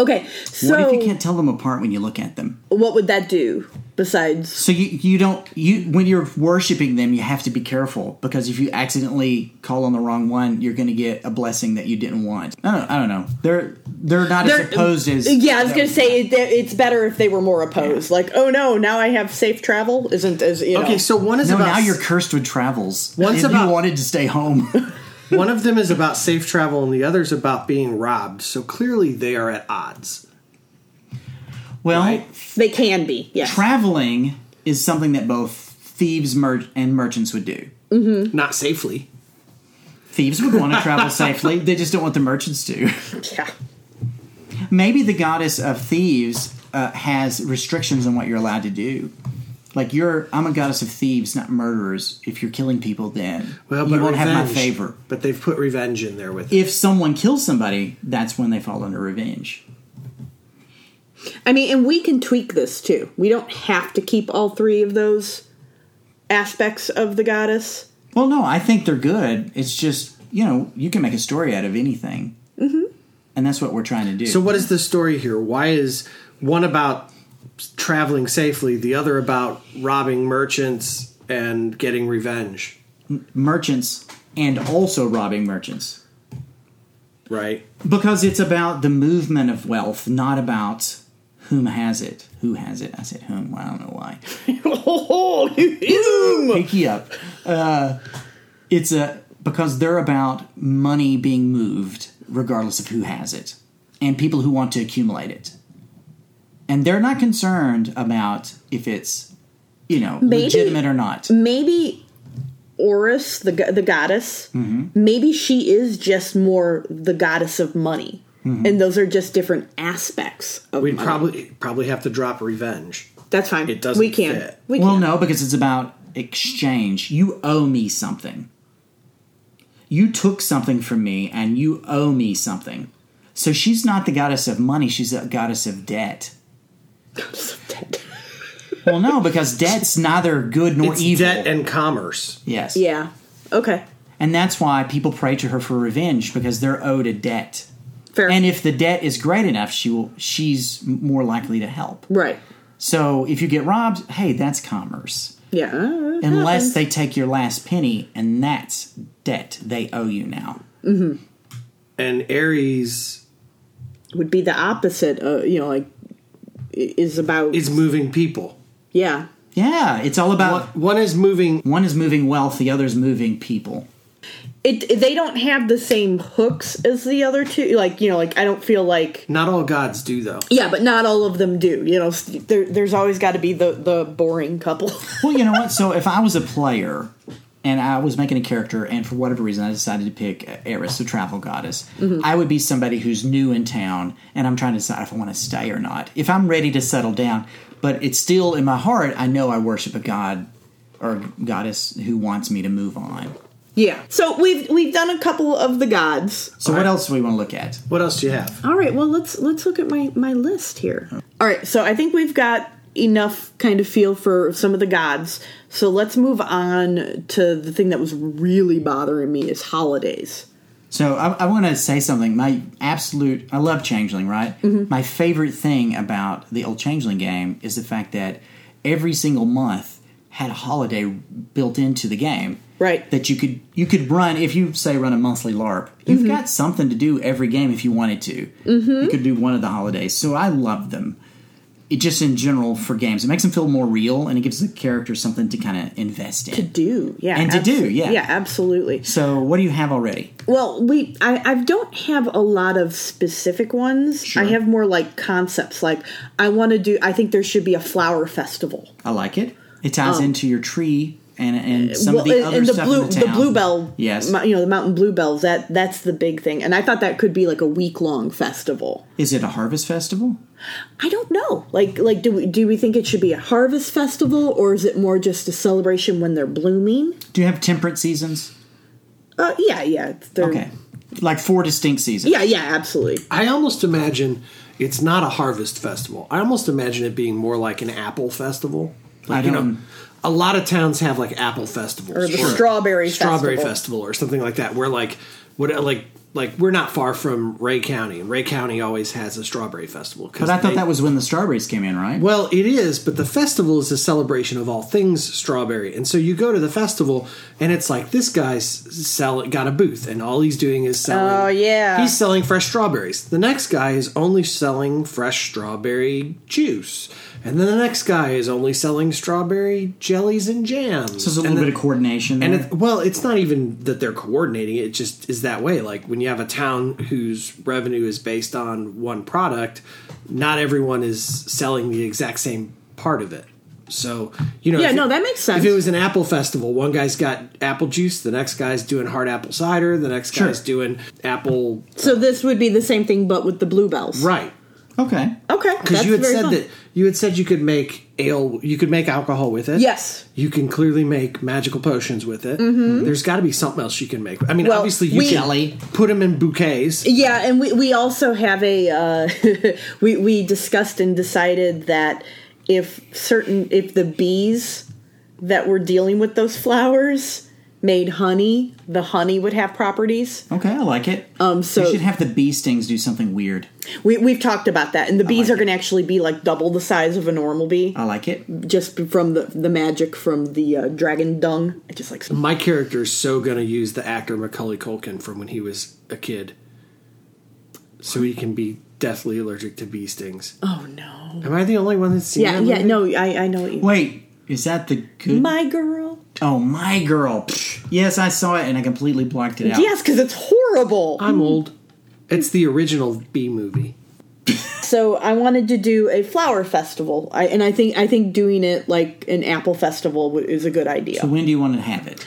S4: Okay, so
S3: Uh. what if you can't tell them apart when you look at them?
S4: what would that do besides?
S3: So you you don't you when you're worshiping them, you have to be careful because if you accidentally call on the wrong one, you're going to get a blessing that you didn't want. I don't, I don't know. They're they're not
S4: They're-
S3: as opposed as
S4: Yeah, I was gonna say it, it's better if they were more opposed. Like, oh no, now I have safe travel. Isn't as you know?
S2: Okay, so one is
S3: No,
S2: about
S3: now you're cursed with travels.
S2: One's
S3: If
S2: about-
S3: you wanted to stay home.
S2: one of them is about safe travel and the other's about being robbed. So clearly they are at odds.
S3: well,
S4: they can be. Yes.
S3: traveling is something that both thieves mer- and merchants would do.
S2: Not safely.
S3: Thieves would want to travel safely; they just don't want the merchants to.
S4: yeah.
S3: Maybe the goddess of thieves uh, has restrictions on what you're allowed to do. Like you're, I'm a goddess of thieves, not murderers. If you're killing people, then
S2: Well, but
S3: you won't have my
S2: revenge-
S3: favor.
S2: But they've put revenge in there with it.
S3: If someone kills somebody, that's when they fall under revenge.
S4: I mean, and we can tweak this too. We don't have to keep all three of those aspects of the goddess.
S3: Well, no, I think they're good. It's just you know you can make a story out of anything, mm-hmm. and that's what we're trying to do.
S2: So what is the story here? Why is one about traveling safely, the other about robbing merchants and getting revenge?
S3: merchants and also robbing merchants
S2: Right.
S3: because it's about the movement of wealth, not about whom has it. Who has it? I said whom. Well, I don't know why.
S4: Oh, you-
S3: Picky up. Uh, it's a because they're about money being moved regardless of who has it and people who want to accumulate it, and they're not concerned about if it's you know
S4: Maybe-
S3: legitimate or not.
S4: maybe Oris, the go- the goddess, maybe she is just more the goddess of money, and those are just different aspects of
S2: We'd
S4: money.
S2: probably probably have to drop revenge.
S4: That's fine.
S2: It doesn't
S4: We can.
S2: fit.
S4: We
S3: Well,
S4: can.
S3: no, because it's about exchange. You owe me something. You took something from me, and you owe me something. So she's not the goddess of money; she's the goddess of debt. Well, no, because debt's neither good nor
S2: It's
S3: evil.
S2: debt and commerce.
S3: yes,
S4: yeah. Okay.
S3: and that's why people pray to her for revenge because they're owed a debt.
S4: Fair.
S3: And if the debt is great enough, she will. She's more likely to help.
S4: right.
S3: So if you get robbed, hey, that's commerce.
S4: Yeah. it
S3: unless
S4: happens.
S3: they take your last penny, and that's debt they owe you now.
S2: And Aries
S4: would be the opposite. Uh, you know, like i- is about
S2: is moving people.
S4: yeah.
S3: Yeah, it's all about
S2: One is moving
S3: one is moving wealth, the other's moving people.
S4: It they don't have the same hooks as the other two. Like you know, like I don't feel like
S2: not all gods do though.
S4: yeah, but not all of them do. You know, s- there, there's always got to be the the boring couple.
S3: Well, you know what? So if I was a player and I was making a character, and for whatever reason I decided to pick Eris, the travel goddess,
S4: Mm-hmm.
S3: I would be somebody who's new in town, and I'm trying to decide if I want to stay or not. If I'm ready to settle down, but it's still in my heart, I know I worship a god or goddess who wants me to move on.
S4: yeah. So we've we've done a couple of the gods.
S3: So what else do we want to look at?
S2: What else do you have?
S4: All right, well let's let's look at my my list here. All right, so I think we've got enough kind of feel for some of the gods. So let's move on to the thing that was really bothering me is holidays.
S3: So I, I want to say something. My absolute, I love Changeling, right? My favorite thing about the old Changeling game is the fact that every single month had a holiday built into the game.
S4: Right.
S3: That you could you could run if you say run a monthly LARP. You've got something to do every game if you wanted to. You could do one of the holidays. So I love them. It just in general for games, it makes them feel more real and it gives the character something to kind of invest in.
S4: Do yeah,
S3: And to do,
S4: abso-
S3: yeah.
S4: yeah, absolutely.
S3: so what do you have already?
S4: Well, we I, I don't have a lot of specific ones. I have more like concepts. Like I want to do. I think there should be a flower festival.
S3: I like it. It ties into your tree and and some of the
S4: Um, and-
S3: other
S4: and
S3: stuff
S4: blue
S3: in the town.
S4: bluebell.
S3: Yes.
S4: mo- you know the mountain bluebells. That that's the big thing. And I thought that could be like a week long festival.
S3: Is it a harvest festival?
S4: I don't know. Like like do we do we think it should be a harvest festival or is it more just a celebration when they're blooming?
S3: Do you have temperate seasons?
S4: Uh, yeah, yeah. They're,
S3: Okay, like four distinct seasons.
S4: Yeah, yeah, absolutely.
S2: I almost imagine it's not a harvest festival. I almost imagine it being more like an apple festival. Like,
S3: I don't-
S2: a lot of towns have like apple festivals
S4: Or the strawberry
S2: strawberry
S4: festival.
S2: festival or something like that, where like what like like we're not far from Ray County, and Ray County always has a strawberry festival.
S3: But I thought that was when the strawberries came in, right?
S2: well, it is, but the festival is a celebration of all things strawberry, and so you go to the festival, and it's like this guy's sell got a booth, and all he's doing is selling.
S4: Oh, yeah.
S2: he's selling fresh strawberries. The next guy is only selling fresh strawberry juice, and then the next guy is only selling strawberry jellies and jams.
S3: So there's a little bit of coordination.
S2: And
S3: there.
S2: it, well, it's not even that they're coordinating; it just is that way. Like when you have a town whose revenue is based on one product, not everyone is selling the exact same part of it. So you know,
S4: Yeah,
S2: if
S4: no,
S2: it-
S4: that makes sense.
S2: If it was an apple festival, one guy's got apple juice, the next guy's doing hard apple cider, the next
S3: Sure.
S2: guy's doing apple
S4: So this would be the same thing, but with the bluebells.
S2: right.
S3: okay.
S4: Okay.
S2: Because
S4: that's
S2: you had
S4: very
S2: said
S4: fun.
S2: that you had said you could make ale, you could make alcohol with it.
S4: Yes. Mm-hmm.
S2: you can clearly make magical potions with it. There's got to be something else you can make. I mean,
S4: Well,
S2: obviously you
S4: we-
S2: can put them in bouquets.
S4: Yeah, and we, we also have a uh, we we discussed and decided that if certain if the bees that were dealing with those flowers made honey, the honey would have properties.
S3: Okay, I like it.
S4: Um, so-
S3: we should have the bee stings do something weird.
S4: We we've talked about that, and the bees
S3: like
S4: are going to actually be like double the size of a normal bee,
S3: I like it.
S4: just from the the magic from the uh, dragon dung. I just like
S2: My character is so gonna use the actor Macaulay Culkin from when he was a kid, so he can be deathly allergic to bee stings.
S4: oh no,
S2: Am I the only one that's seen?
S4: yeah
S2: that
S4: yeah
S2: movie?
S4: no, I I know what you.
S3: Wait, is that the
S2: Mm-hmm.
S3: good?
S4: My girl,
S3: oh, my girl. Psh, Yes, I saw it and I completely blocked it out.
S4: yes, because it's horrible.
S2: I'm old. It's the original bee movie.
S4: So I wanted to do a flower festival, I, and I think I think doing it like an apple festival w- is a good idea.
S3: When do you want to have it?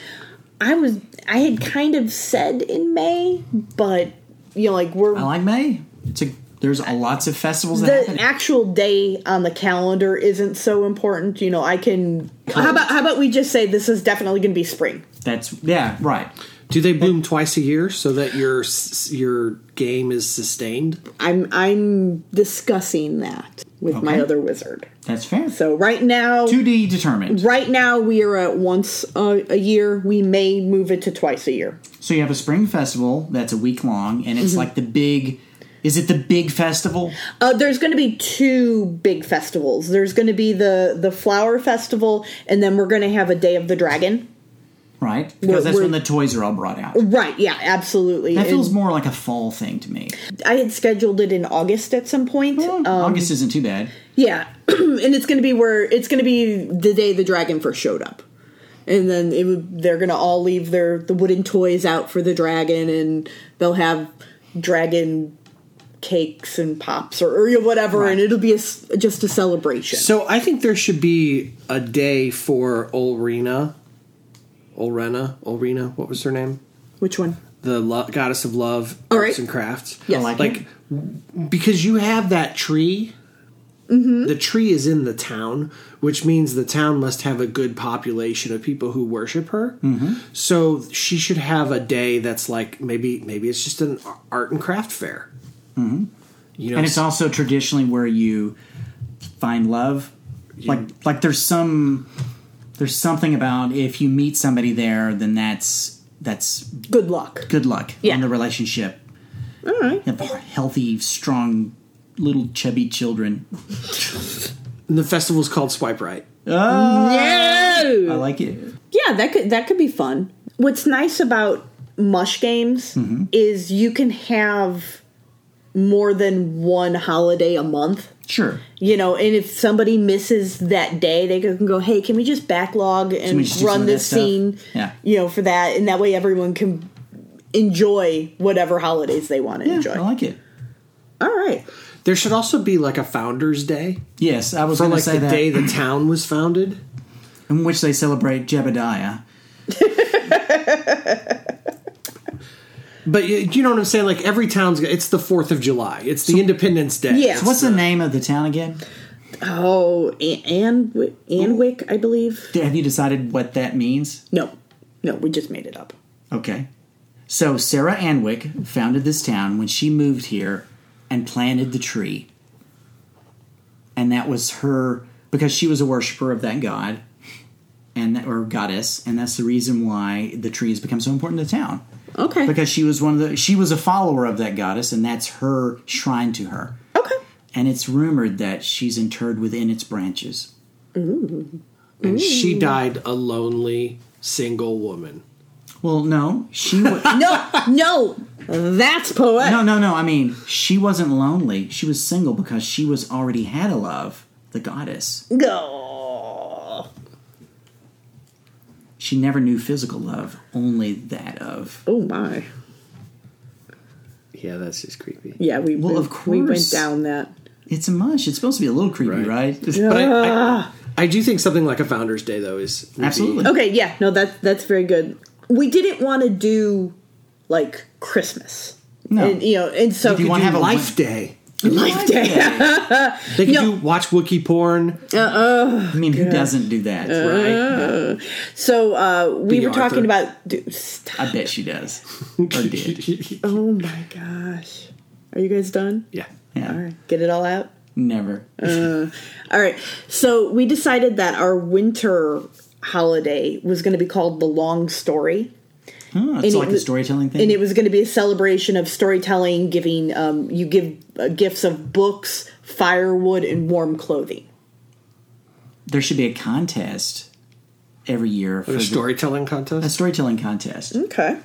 S4: I was I had kind of said in May, but you know, like we're
S3: I like May. It's a there's a, lots of festivals that
S4: the
S3: happen.
S4: actual day on the calendar isn't so important. You know, I can. How about how about we just say this is definitely going to be spring?
S3: That's yeah, right.
S2: Do they bloom twice a year so that your s- your game is sustained?
S4: I'm I'm discussing that with my
S3: Okay.
S4: other wizard.
S3: That's fair.
S4: So right now.
S3: To be determined.
S4: Right now, we are at once uh, a year. We may move it to twice a year.
S3: So you have a spring festival that's a week long, and it's
S4: Mm-hmm.
S3: like the big. Is it the big festival?
S4: Uh, there's going to be two big festivals. There's going to be the the flower festival, and then we're going to have a day of the dragon.
S3: Right,
S4: We're-
S3: because that's
S4: we're- Mm-hmm.
S3: when the toys are all brought out.
S4: Right? Yeah, absolutely.
S3: That feels
S4: And
S3: more like a fall thing to me.
S4: I had scheduled it in August at some point. Um,
S3: August isn't too bad.
S4: yeah, and it's going to be where it's going to be the day the dragon first showed up, and then it would, they're going to all leave their the wooden toys out for the dragon, and they'll have dragon cakes and pops or, or whatever,
S3: Right.
S4: and it'll be a s just a celebration.
S2: So I think there should be a day for Olrina. Olrena? Olrina? What was her name?
S4: Which one?
S2: The lo- goddess of love,
S4: All
S2: arts
S4: right.
S2: and crafts.
S4: Yes.
S3: I like, it.
S2: Like, because you have that tree. The tree is in the town, which means the town must have a good population of people who worship her. So she should have a day that's like maybe maybe it's just an art and craft fair. You know,
S3: and it's also traditionally where you find love. Like, like there's some, there's something about if you meet somebody there, then that's that's
S4: Good luck.
S3: good luck
S4: Yeah.
S3: in the relationship.
S4: All right.
S3: You have healthy, strong, little chubby children.
S2: and the festival's called Swipe Right.
S3: I
S4: Yeah.
S3: like it.
S4: Oh! Yeah, that could that could be fun. What's nice about mush games
S3: Mm-hmm.
S4: is you can have more than one holiday a month.
S3: Sure.
S4: You know, and if somebody misses that day, they can go, "Hey, can we just backlog and
S3: we just do some
S4: run
S3: of that
S4: this
S3: stuff?"
S4: scene?"
S3: Yeah.
S4: You know, for that, and that way everyone can enjoy whatever holidays they want to
S3: Yeah,
S4: enjoy.
S3: I like it.
S4: All right.
S2: There should also be like a founder's day
S3: Yes, I was
S2: for
S3: going to
S2: like
S3: say
S2: the
S3: that.
S2: day the town was founded.
S3: in which they celebrate Jebediah.
S2: But you, you know what I'm saying? Like every town's got- it's the 4th of July. It's the Independence Day.
S4: Yeah.
S3: So what's the name of the town again?
S4: Oh, and Anwick, I believe.
S3: Have you decided what that means?
S4: No, no, we just made it up.
S3: Okay. So Sarah Anwick founded this town when she moved here and planted the tree. And that was her because she was a worshiper of that god and that, or goddess, and that's the reason why the tree has become so important to town.
S4: Okay.
S3: because she was one of the she was a follower of that goddess, and that's her shrine to her.
S4: okay.
S3: And it's rumored that she's interred within its branches.
S2: And she died a lonely single woman.
S3: Well, no, she was.
S4: No, no, that's poetic.
S3: No, no, no. I mean, she wasn't lonely. She was single because she was already had a love, the goddess.
S4: Go.
S3: Oh, She never knew physical love, only that of.
S4: Oh my.
S2: Yeah, that's just creepy.
S4: Yeah, we
S3: Well,
S4: we-
S3: of
S4: we
S3: course.
S4: went down that.
S3: It's a mush. It's supposed to be a little creepy, right?
S2: But I, I, I do think something like a Founder's Day, though, is. would be-
S3: Absolutely.
S4: Okay, yeah, no, that's that's very good. We didn't want to do like Christmas.
S3: No.
S4: And, you know, and so
S3: you want-
S2: Do
S3: Have a
S2: Life Day.
S4: Life Day.
S2: They could
S4: No.
S2: do watch Wookiee porn.
S3: I mean, who doesn't do that,
S4: Uh.
S3: right?
S4: So uh, we
S2: Be
S4: were talking
S2: Arthur.
S4: about. Dude, stop.
S3: I bet she does. Or did.
S4: Oh my gosh, are you guys done?
S2: yeah.
S3: Yeah.
S4: All right, Uh, get it all out.
S3: Never.
S4: All right, so we decided that our winter holiday was going to be called the Long Story.
S3: Oh, it's
S4: it
S3: like a
S4: was-
S3: storytelling thing.
S4: and it was going to be a celebration of storytelling giving um, you give uh, gifts of books firewood and warm clothing
S3: there should be a contest every year for
S2: A
S3: the-
S2: storytelling
S3: a
S2: contest.
S3: storytelling contest.
S4: okay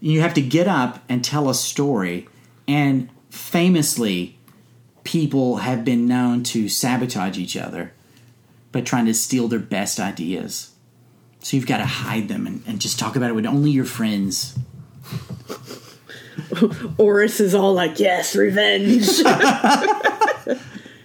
S3: you have to get up and tell a story and famously people have been known to sabotage each other by trying to steal their best ideas so you've got to hide them and, and just talk about it with only your friends
S4: oris is all like yes revenge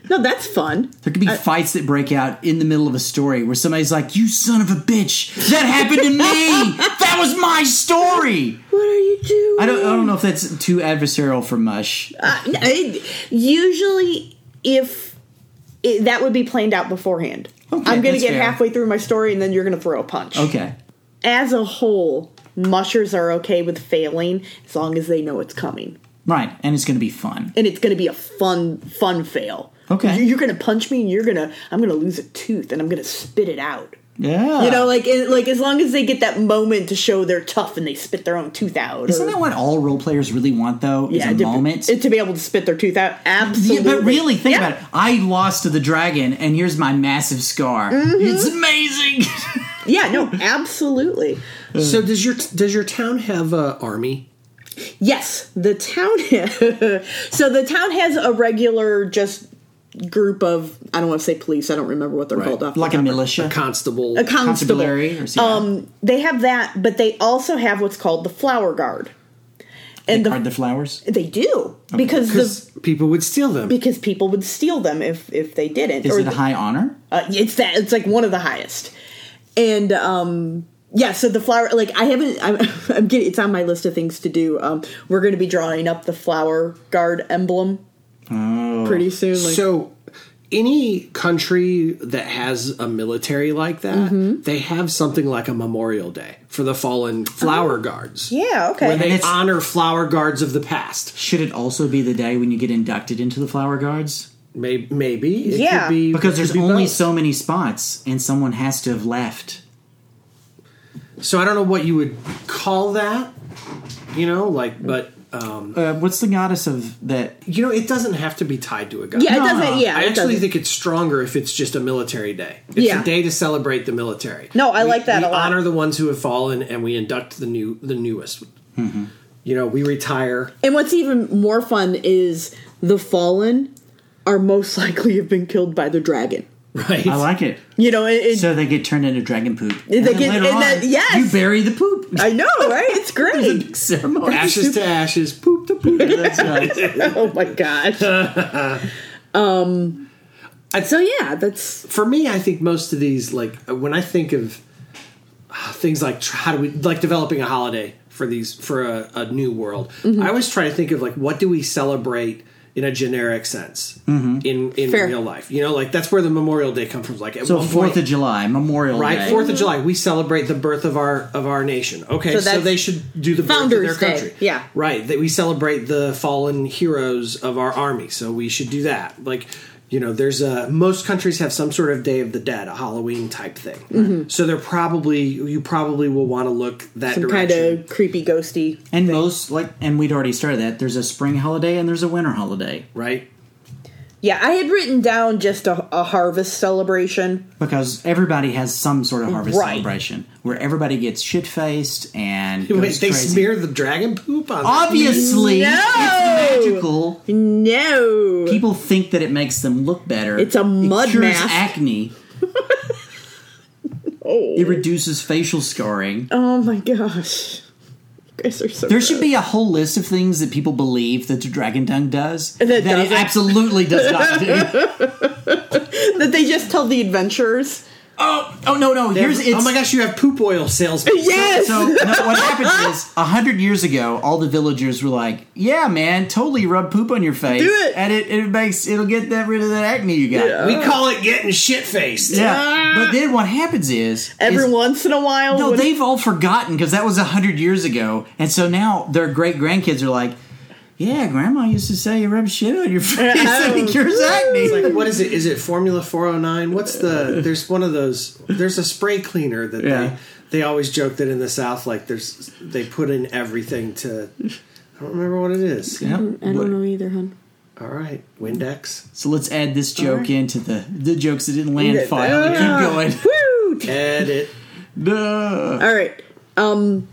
S4: no that's fun
S3: there could be fights that break out in the middle of a story where somebody's like you son of a bitch that happened to me that was my story
S4: what are you doing
S3: I don't, I don't know if that's too adversarial for mush
S4: Uh, I- usually if it, that would be planned out beforehand
S3: Okay,
S4: i'm going to
S3: that's
S4: get
S3: fair.
S4: halfway through my story and then you're going to throw a punch
S3: okay
S4: as a whole mushers are okay with failing as long as they know it's coming
S3: right and it's going to be fun
S4: and it's going to be a fun fun fail.
S3: Okay.
S4: You- you're going to punch me, and you're going to I'm going to lose a tooth, and I'm going to spit it out.
S3: yeah
S4: You know, like and, like as long as they get that moment to show they're tough and they spit their own tooth out.
S3: Isn't that what all role players really want, though? is a
S4: to,
S3: moment.
S4: it- to be able to spit their tooth out.
S3: Yeah,
S4: Absolutely,
S3: but really, think
S4: Yeah.
S3: about it. I lost to the dragon, and here's my massive scar.
S4: Mm-hmm.
S3: It's amazing.
S4: Yeah, no, absolutely.
S2: So does your does your town have a army?
S4: Yes, the town. so the town has a regular just group of I don't want to say police. I don't remember what they're
S2: Right.
S4: called. Off the
S3: like a
S4: top.
S3: militia,
S2: Constable.
S4: A constable.
S3: constabulary, or something. Um,
S4: They have that, but they also have what's called the flower guard. And
S3: Guard the flowers.
S4: They do because the,
S2: People would steal them.
S4: because people would steal them if if they didn't.
S3: Is
S4: or
S3: it a high honor?
S4: uh, it's that it's like one of the highest, and um yeah. So the flower like I haven't I'm, I'm getting it's on my list of things to do. Um, we're going to be drawing up the flower guard emblem pretty soon. Like,
S2: so any country that has a military like that,
S4: Mm-hmm.
S2: they have something like a memorial day for the fallen flower guards.
S4: Oh, yeah, okay.
S2: Where they
S3: it's-
S2: honor flower guards of the past.
S3: Should it also be the day when you get inducted into the flower guards?
S2: Maybe, maybe it
S4: Yeah.
S2: could be
S3: Because
S2: it
S3: there's
S2: could be
S3: only
S2: both.
S3: so many spots, and someone has to have left.
S2: So I don't know what you would call that. You know, like, but um,
S3: Uh, what's the goddess of that?
S2: you know, it doesn't have to be tied to a guy.
S4: yeah, it
S3: No,
S4: doesn't. Yeah,
S2: I
S4: it
S2: actually
S4: doesn't.
S2: think it's stronger if it's just a military day. It's
S4: Yeah.
S2: a day to celebrate the military.
S4: No, I
S2: We-
S4: like that
S2: We
S4: a lot.
S2: honor the ones who have fallen, and we induct the new, the newest.
S3: Mm-hmm.
S2: You know, we retire.
S4: And what's even more fun is the fallen are most likely have been killed by the dragon.
S2: Right.
S3: I like it.
S4: You know, it, it-
S3: So they get turned into dragon poop.
S4: They
S3: And then
S4: get-
S3: later
S4: and
S3: on,
S4: then- yes!
S3: you bury the poop.
S4: I know, right? It's great.
S3: ceremony.
S2: ashes to ashes, poop to poop.
S3: That's right.
S4: oh my gosh. um. So yeah, that's
S2: For me, I think most of these, like when I think of ah, things like tr- how do we like developing a holiday for these for a, a new world,
S4: Mm-hmm.
S2: I always try to think of like what do we celebrate in a generic sense
S3: Mm-hmm.
S2: in in
S4: Fair.
S2: real life. You know, like that's where the Memorial Day comes from. Like at
S3: So
S2: one
S3: Fourth
S2: point-
S3: of July, Memorial
S2: Right,
S3: Day.
S2: Fourth of July, we celebrate the birth of our of our nation. Okay,
S4: So
S2: so,
S4: that's
S2: they should do the birth of their
S4: Founder's Day,
S2: country.
S4: yeah.
S2: right. That we celebrate the fallen heroes of our army. So we should do that. Like you know, there's a most countries have some sort of Day of the Dead, a Halloween type thing. So they're probably you probably will want to look that
S4: Mm-hmm. Some kind
S2: direction.
S4: of creepy ghosty.
S3: And most like, and we'd already started that. There's a spring holiday and there's a winter holiday
S2: right?
S4: Yeah, I had written down just a, a harvest celebration.
S3: because everybody has some sort of harvest
S4: Right.
S3: celebration where everybody gets shit faced and
S2: Wait,
S3: goes
S2: they
S3: crazy.
S2: smear the dragon poop on.
S3: Obviously,
S4: No!
S3: it's magical.
S4: No.
S3: People think that it makes them look better.
S4: It's a mud
S3: it cures
S4: mask.
S3: acne. It reduces facial scarring.
S4: oh my gosh. You guys are so
S3: There should be a whole list of things that people believe that the dragon tongue does that, it
S4: doesn't.
S3: absolutely does not do.
S4: that they just tell the adventurers.
S3: oh, oh no, no. Here's it's,
S2: oh my gosh, you have poop oil salesmen.
S4: Yes.
S3: So no, what happens is, a hundred years ago, all the villagers were like, "Yeah, man, totally rub poop on your face,
S4: Do it."
S3: and it, it makes it'll get that rid of that acne you got."
S4: Yeah.
S2: We call it getting shit faced.
S3: Yeah. But then what happens is
S4: Every
S3: is-
S4: once in a while,
S3: no,
S4: when-
S3: they've all forgotten because that was a hundred years ago, and so now their great grandkids are like, "Yeah, grandma used to say you rub shit on your face and it cures acne."
S2: It's like, what is it? Is it Formula 409? What's the? There's one of those. There's a spray cleaner that
S3: Yeah.
S2: they they always joke that in the South, like there's they put in everything to. I don't remember what it is.
S3: Yep.
S4: I don't know either, hun.
S2: All right, Windex.
S3: So let's add this joke into the the jokes that didn't land file. and
S4: Yeah.
S3: Keep going.
S4: Woo!
S2: Edit.
S3: Duh.
S4: All right. Um,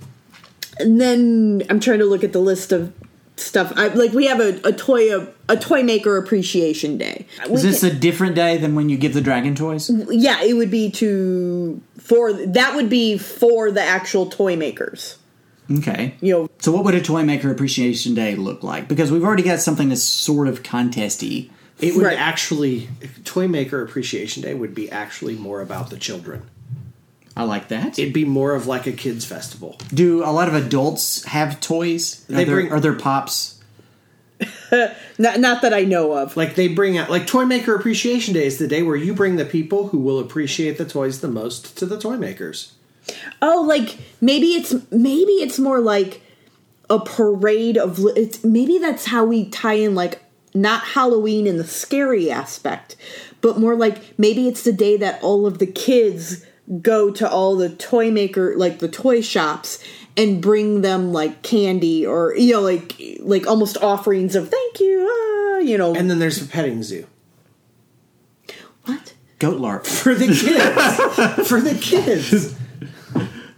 S4: and then I'm trying to look at the list of stuff. I like we have a, a toy a, a toy maker appreciation day.
S3: Is this a different day than when you give the dragon toys?
S4: yeah, it would be to for that would be for the actual toy makers.
S3: Okay.
S4: You know,
S3: So what would a toy maker appreciation day look like? Because we've already got something that's sort of contesty.
S2: It would
S4: Right.
S2: actually Toy Maker Appreciation Day would be actually more about the children.
S3: I like that.
S2: It'd be more of like a kids festival.
S3: Do a lot of adults have toys? Are
S2: They
S3: there,
S2: bring-
S3: are there pops?
S4: not not that I know of.
S2: Like they bring out like Toy Maker Appreciation Day is the day where you bring the people who will appreciate the toys the most to the toy makers.
S4: Oh, like maybe it's maybe it's more like a parade of li- it's maybe that's how we tie in like not Halloween and the scary aspect, but more like maybe it's the day that all of the kids go to all the toy maker like the toy shops and bring them like candy or you know like like almost offerings of thank you ah, you know
S2: And then there's a petting zoo.
S4: what
S3: Goat LARP.
S2: for the kids. for the kids.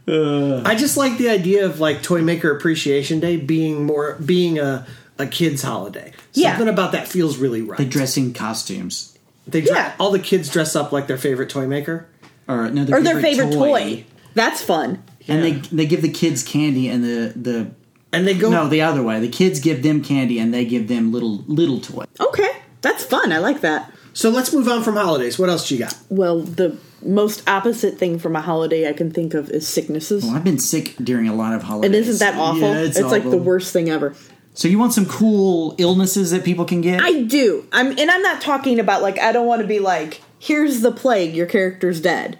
S2: I just like the idea of like Toy Maker Appreciation Day being more being a a kids holiday.
S4: Yeah.
S2: Something about that feels really right.
S3: They dress in costumes.
S2: They dre-
S4: Yeah.
S2: all the kids dress up like their favorite toy maker.
S3: Or, no, their
S4: or their favorite toy.
S3: toy.
S4: that's fun
S3: And they they give the kids candy and the, the
S2: And they go
S3: no the other way. The kids give them candy and they give them little little toy.
S4: okay that's fun I like that.
S2: So let's move on from holidays. What else you got?
S4: Well, the most opposite thing from a holiday I can think of is sicknesses.
S3: Well, I've been sick during a lot of holidays.
S4: And isn't that awful?
S3: Yeah,
S4: it's like the
S3: awful.
S4: worst thing ever.
S3: So you want some cool illnesses that people can get?
S4: I do. I'm and I'm not talking about like I don't want to be like, here's the plague, your character's dead.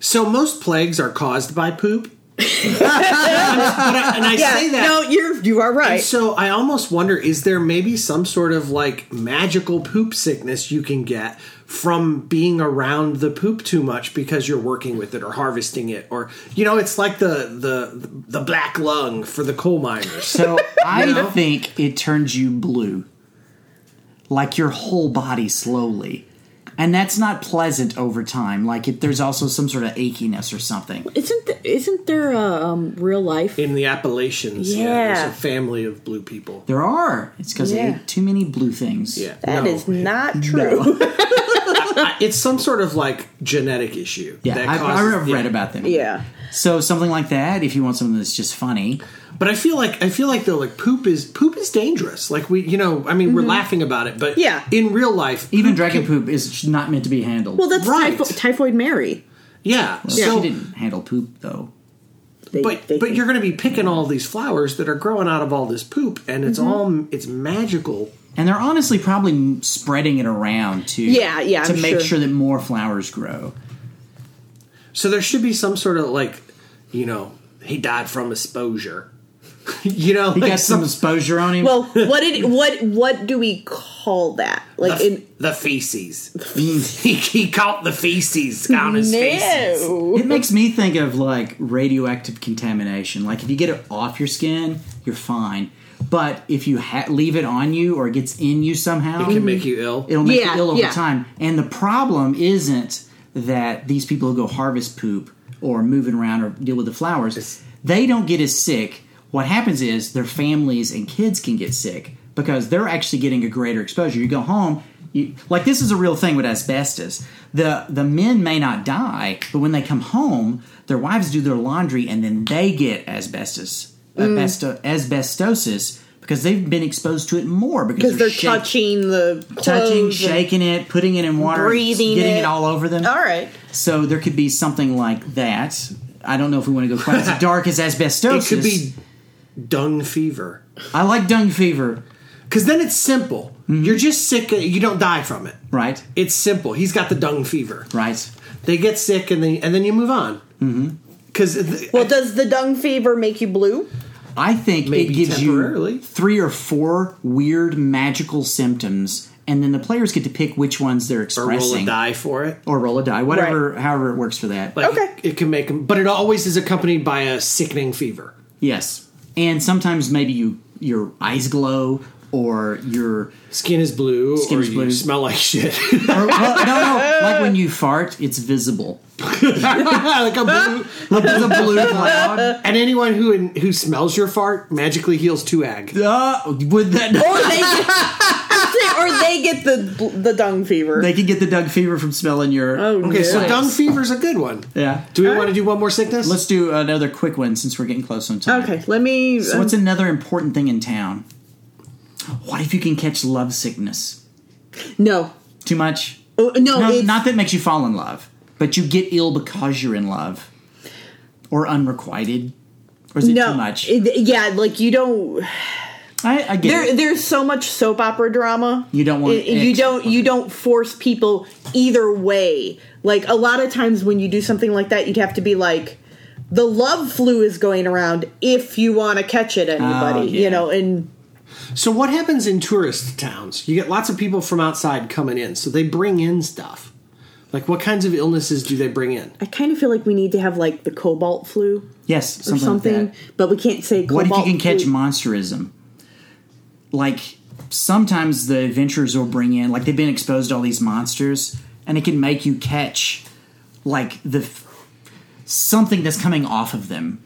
S2: So most plagues are caused by poop. But I- and I
S4: Yeah.
S2: say that
S4: No, you're you are right.
S2: So I almost wonder is there maybe some sort of like magical poop sickness you can get from being around the poop too much because you're working with it or harvesting it or you know it's like the the the black lung for the coal miners.
S3: So I
S2: know?
S3: think it turns you blue, like your whole body slowly, and that's not pleasant over time. Like if there's also some sort of achiness or something.
S4: isn't th- isn't there a um, real life?
S2: In the Appalachians, yeah.
S4: Yeah.
S2: there's a family of blue people.
S3: There are. It's because
S4: Yeah.
S3: I ate too many blue things.
S2: Yeah,
S4: That is not true.
S2: I- it's some sort of like genetic issue.
S3: Yeah,
S2: that
S3: I've,
S2: causes-
S3: I've
S2: yeah.
S3: read about them.
S4: yeah.
S3: So something like that. If you want something that's just funny,
S2: But I feel like I feel like though like poop is poop is dangerous. Like we you know I mean we're laughing about it, but
S4: Mm-hmm. Yeah.
S2: in real life
S3: even dragon poop is not meant to be handled.
S4: Well, that's
S2: Right.
S4: typho- typhoid Mary.
S2: Yeah.
S3: she
S2: So,
S3: didn't handle poop though.
S4: They-
S2: but but
S4: they think-
S2: you're going to be picking all these flowers that are growing out of all this poop, and
S3: Mm-hmm.
S2: it's all it's magical.
S3: And they're honestly probably m- spreading it around to
S4: Yeah, yeah,
S3: to
S4: I'm
S3: make
S4: sure.
S3: sure. that more flowers grow.
S2: So there should be some sort of like, you know, he died from exposure. you know,
S3: He got some exposure on him.
S4: Well, what did what what do we call that? Like
S2: the,
S4: in
S2: the feces. he, he caught the feces on his feces.
S3: It makes me think of like radioactive contamination. Like if you get it off your skin, you're fine. But if you ha- leave it on you or it gets in you somehow,
S2: It can make you ill.
S3: it'll make
S4: Yeah,
S3: you ill over
S4: yeah.
S3: time. And the problem isn't that these people who go harvest poop or moving around or deal with the flowers, they don't get as sick. What happens is their families and kids can get sick because they're actually getting a greater exposure. You go home, you, like this is a real thing with asbestos. The the men may not die, but when they come home, their wives do their laundry and then they get asbestos,
S4: Mm.
S3: asbesto- asbestosis because they've been exposed to it more because
S4: because they're
S3: shaking-
S4: touching the clothes
S3: touching,
S4: and-
S3: shaking it, putting it in water,
S4: Breathing
S3: getting it.
S4: it.
S3: all over them.
S4: All right.
S3: So there could be something like that. I don't know if we want to go quite as dark as asbestosis.
S2: It could be dung fever.
S3: I like dung fever,
S2: Because then it's simple.
S3: Mm-hmm.
S2: You're just sick. You don't die from it.
S3: right?
S2: It's simple. He's got the dung fever.
S3: Right.
S2: They get sick and then and then you move on. Because mm-hmm.
S4: Well, does the dung fever make you blue?
S3: I think
S2: Maybe
S3: it gives
S2: temporarily.
S3: you three or four weird magical symptoms, and then the players get to pick which ones they're
S2: or roll a
S3: expressing,
S2: die for it.
S3: or roll a die, whatever, however it works for that.
S2: Like,
S4: Okay.
S2: It, it can make him, but it always is accompanied by a sickening fever.
S3: yes, and sometimes maybe you your eyes glow or your
S2: Skin is blue.
S3: Skin
S2: or
S3: is
S2: you
S3: blue.
S2: Smell like shit.
S3: or, well, no no like when you fart, it's visible.
S2: like a blue.
S3: the blue cloud.
S2: And anyone who who smells your fart magically heals two ag.
S3: Uh, would
S4: Or
S3: that
S4: they get, or they get the the dung fever.
S3: they could get the Doug fever from smelling your?
S4: oh,
S2: Okay, so
S4: nice.
S2: dung fever's a good one.
S3: yeah.
S2: Do we want to do one more sickness?
S3: Let's do another quick one since we're getting close on time.
S4: Okay, let me. um,
S3: So what's another important thing in town? What if you can catch love sickness?
S4: no,
S3: Too much?
S4: Uh, no,
S3: No,
S4: it's,
S3: not that makes you fall in love, but you get ill because you're in love, or unrequited, or is it
S4: no.
S3: too much?
S4: It- yeah, like you don't.
S3: I, I get
S4: There,
S3: it.
S4: there's so much soap opera drama.
S3: You don't want
S4: It- you
S3: it.
S4: don't you don't force people either way. Like a lot of times when you do something like that, you'd have to be like, the love flu is going around. If you want to catch it, anybody,
S3: Oh, yeah.
S4: you know, and
S2: So what happens in tourist towns? You get lots of people from outside coming in, so they bring in stuff. Like what kinds of illnesses do they bring in?
S4: I kind of feel like we need to have like the cobalt flu
S3: Yes,
S4: or
S3: something. like
S4: something,
S3: that.
S4: but we can't say
S3: What
S4: cobalt.
S3: if you can catch
S4: flu.
S3: monsterism? Like sometimes the adventurers will bring in like they've been exposed to all these monsters, and it can make you catch like the f- something that's coming off of them,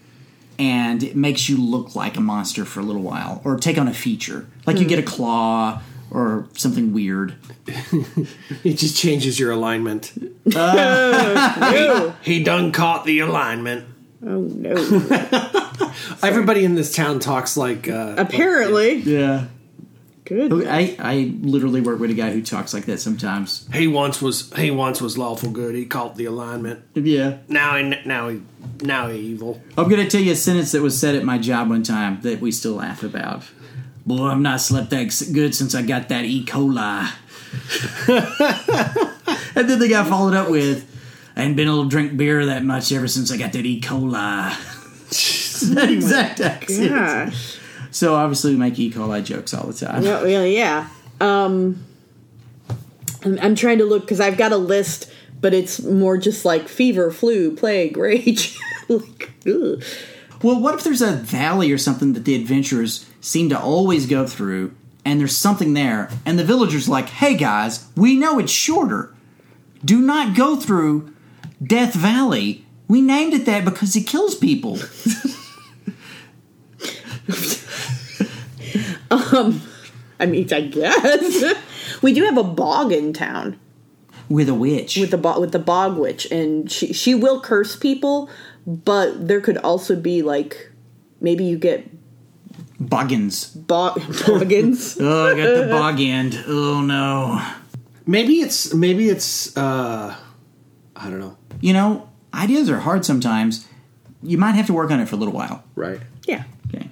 S3: and it makes you look like a monster for a little while, or take on a feature. Like you get a claw or something weird.
S2: It just changes your alignment. he, he done caught the alignment.
S4: Oh no!
S2: Everybody in this town talks like uh,
S4: Apparently,
S3: Yeah.
S4: good.
S3: I, I literally work with a guy who talks like that sometimes.
S2: he once was he once was lawful good. He caught the alignment.
S3: Yeah.
S2: Now he now he now he evil.
S3: I'm going to tell you a sentence that was said at my job one time that we still laugh about. Boy, I've not slept that s- good since I got that E. coli. and then the guy followed up with, I ain't been able to drink beer that much ever since I got that E. coli. that exact accent.
S4: Yeah.
S3: So obviously we make E. coli jokes all the time.
S4: Yeah, yeah, yeah. Um, I'm, I'm trying to look because I've got a list, but it's more just like fever, flu, plague, rage. like, ugh.
S3: Well, what if there's a valley or something that the adventurers seem to always go through, and there's something there, and the villagers like, "Hey guys, we know it's shorter. Do not go through Death Valley. We named it that because it kills people."
S4: I mean, I guess we do have a bog in town
S3: With a witch.
S4: with the bog with the bog witch, and she she will curse people, but there could also be like maybe you get
S3: Boggins.
S4: bog boggins.
S3: Oh, I got the bog end. Oh no.
S2: Maybe it's maybe it's uh, I don't know.
S3: You know, ideas are hard sometimes. You might have to work on it for a little while.
S2: Right.
S4: yeah.
S3: Okay.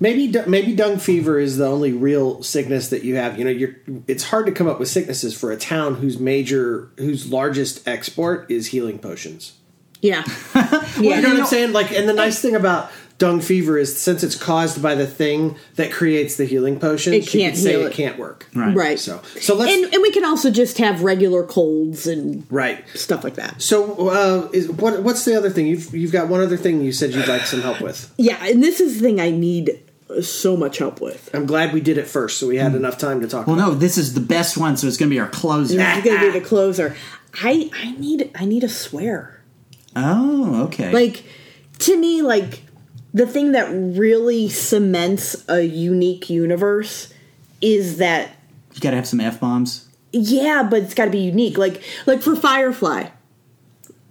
S2: Maybe du- maybe dung fever is the only real sickness that you have. You know, you're it's hard to come up with sicknesses for a town whose major whose largest export is healing potions.
S4: Yeah.
S2: You
S4: yeah.
S2: know what
S3: You
S2: I'm
S3: know-
S2: saying? Like, and the nice thing about dung fever is since it's caused by the thing that creates the healing potion,
S4: It
S2: she
S4: can't
S2: could say
S4: heal
S2: it.
S4: it.
S2: can't work.
S3: Right.
S4: Right.
S2: So so let's
S4: and, and we can also just have regular colds and
S2: right.
S4: stuff like that.
S2: So uh, is, what what's the other thing you've you've got one other thing you said you'd like some help with?
S4: Yeah, and this is the thing I need so much help with.
S2: I'm glad we did it first, so we had enough time to talk.
S3: Well,
S2: about
S3: no, this is the best one, so it's going to be our closer.
S4: This is going to be the closer. I I need I need a swear.
S3: Oh, okay.
S4: Like to me, like the thing that really cements a unique universe is that
S3: you got to have some f bombs.
S4: yeah, but it's got to be unique. Like like for Firefly,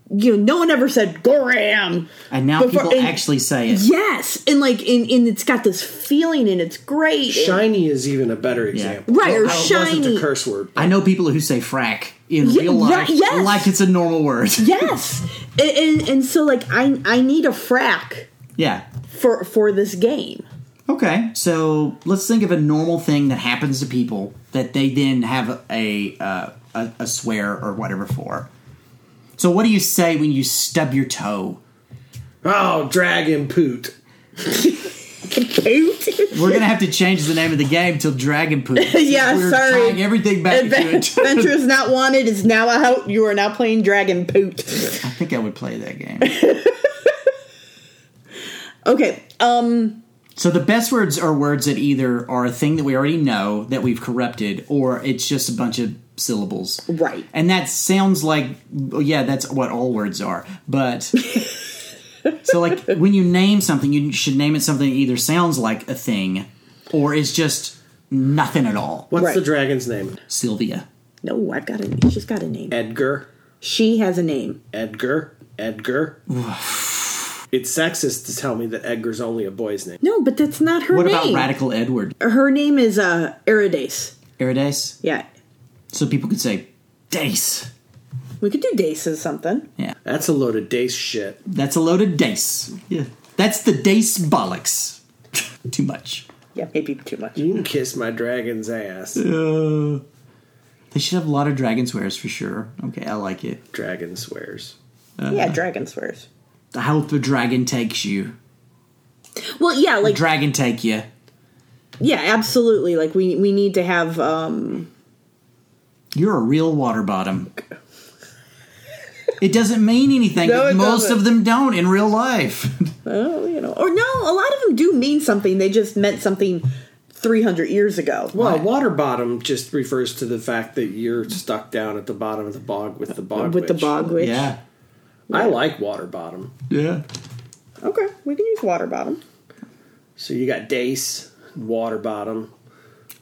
S4: you know, no one ever said Goram.
S3: And now
S4: Before-
S3: people
S4: and-
S3: actually say it.
S4: Yes, and like and, and it's got this feeling and it's great.
S2: it. Shiny is even a better example.
S4: Right, or
S2: Well, it wasn't
S4: shiny.
S2: a curse word.
S3: I know people who say frack in
S4: Ye-
S3: real
S4: right,
S3: life,
S4: yes.
S3: like it's a normal word.
S4: yes, and, and and so like I I need a frack
S3: yeah.
S4: for for this game.
S3: Okay, so let's think of a normal thing that happens to people that they then have a uh, a, a swear or whatever for. So, what do you say when you stub your toe?
S2: Oh, dragon poot.
S3: We're gonna have to change the name of the game till Dragon Poop.
S4: Yeah,
S3: We're
S4: sorry.
S3: tying everything back to it.
S4: Adventure is not wanted is now out. You are now playing Dragon Poot.
S3: I think I would play that game.
S4: Okay, um,
S3: So the best words are words that either are a thing that we already know that we've corrupted, or it's just a bunch of syllables.
S4: Right.
S3: And that sounds like, yeah, that's what all words are. But so, like, when you name something, you should name it something that either sounds like a thing, or is just nothing at all.
S2: What's
S4: Right.
S2: the dragon's name?
S3: Sylvia.
S4: no, I've got a. She's got a name.
S2: Edgar.
S4: She has a name.
S2: Edgar. Edgar. it's sexist to tell me that Edgar's only a boy's name.
S4: No, but that's not her
S3: What
S4: name.
S3: about Radical Edward?
S4: Her name is uh Eridace.
S3: Eridace?
S4: Yeah,
S3: So people could say Dace.
S4: we could do Dace as something.
S3: Yeah,
S2: That's a load of dace shit.
S3: that's a load of Dace. Yeah, that's the Dace bollocks. Too much.
S4: Yeah, maybe too much.
S2: You can kiss my dragon's ass.
S3: Uh, they should have a lot of dragon swears for sure. Okay, I like it.
S2: Dragon swears.
S4: yeah, dragon swears.
S3: How the dragon takes you.
S4: Well, yeah, like
S3: Dragon take you.
S4: yeah, absolutely. Like we we need to have um
S3: You're a real water bottom. It doesn't mean anything,
S4: No,
S3: but
S4: it
S3: most
S4: doesn't.
S3: of them don't in real life.
S4: oh, you know, or no, a lot of them do mean something. They just meant something 300 years ago.
S2: Well, water bottom just refers to the fact that you're stuck down at the bottom of the bog with the bog.
S4: With the
S2: witch.
S4: bog witch.
S3: yeah.
S2: I like water bottom.
S3: Yeah.
S4: Okay, we can use water bottom.
S2: So you got dace, water bottom.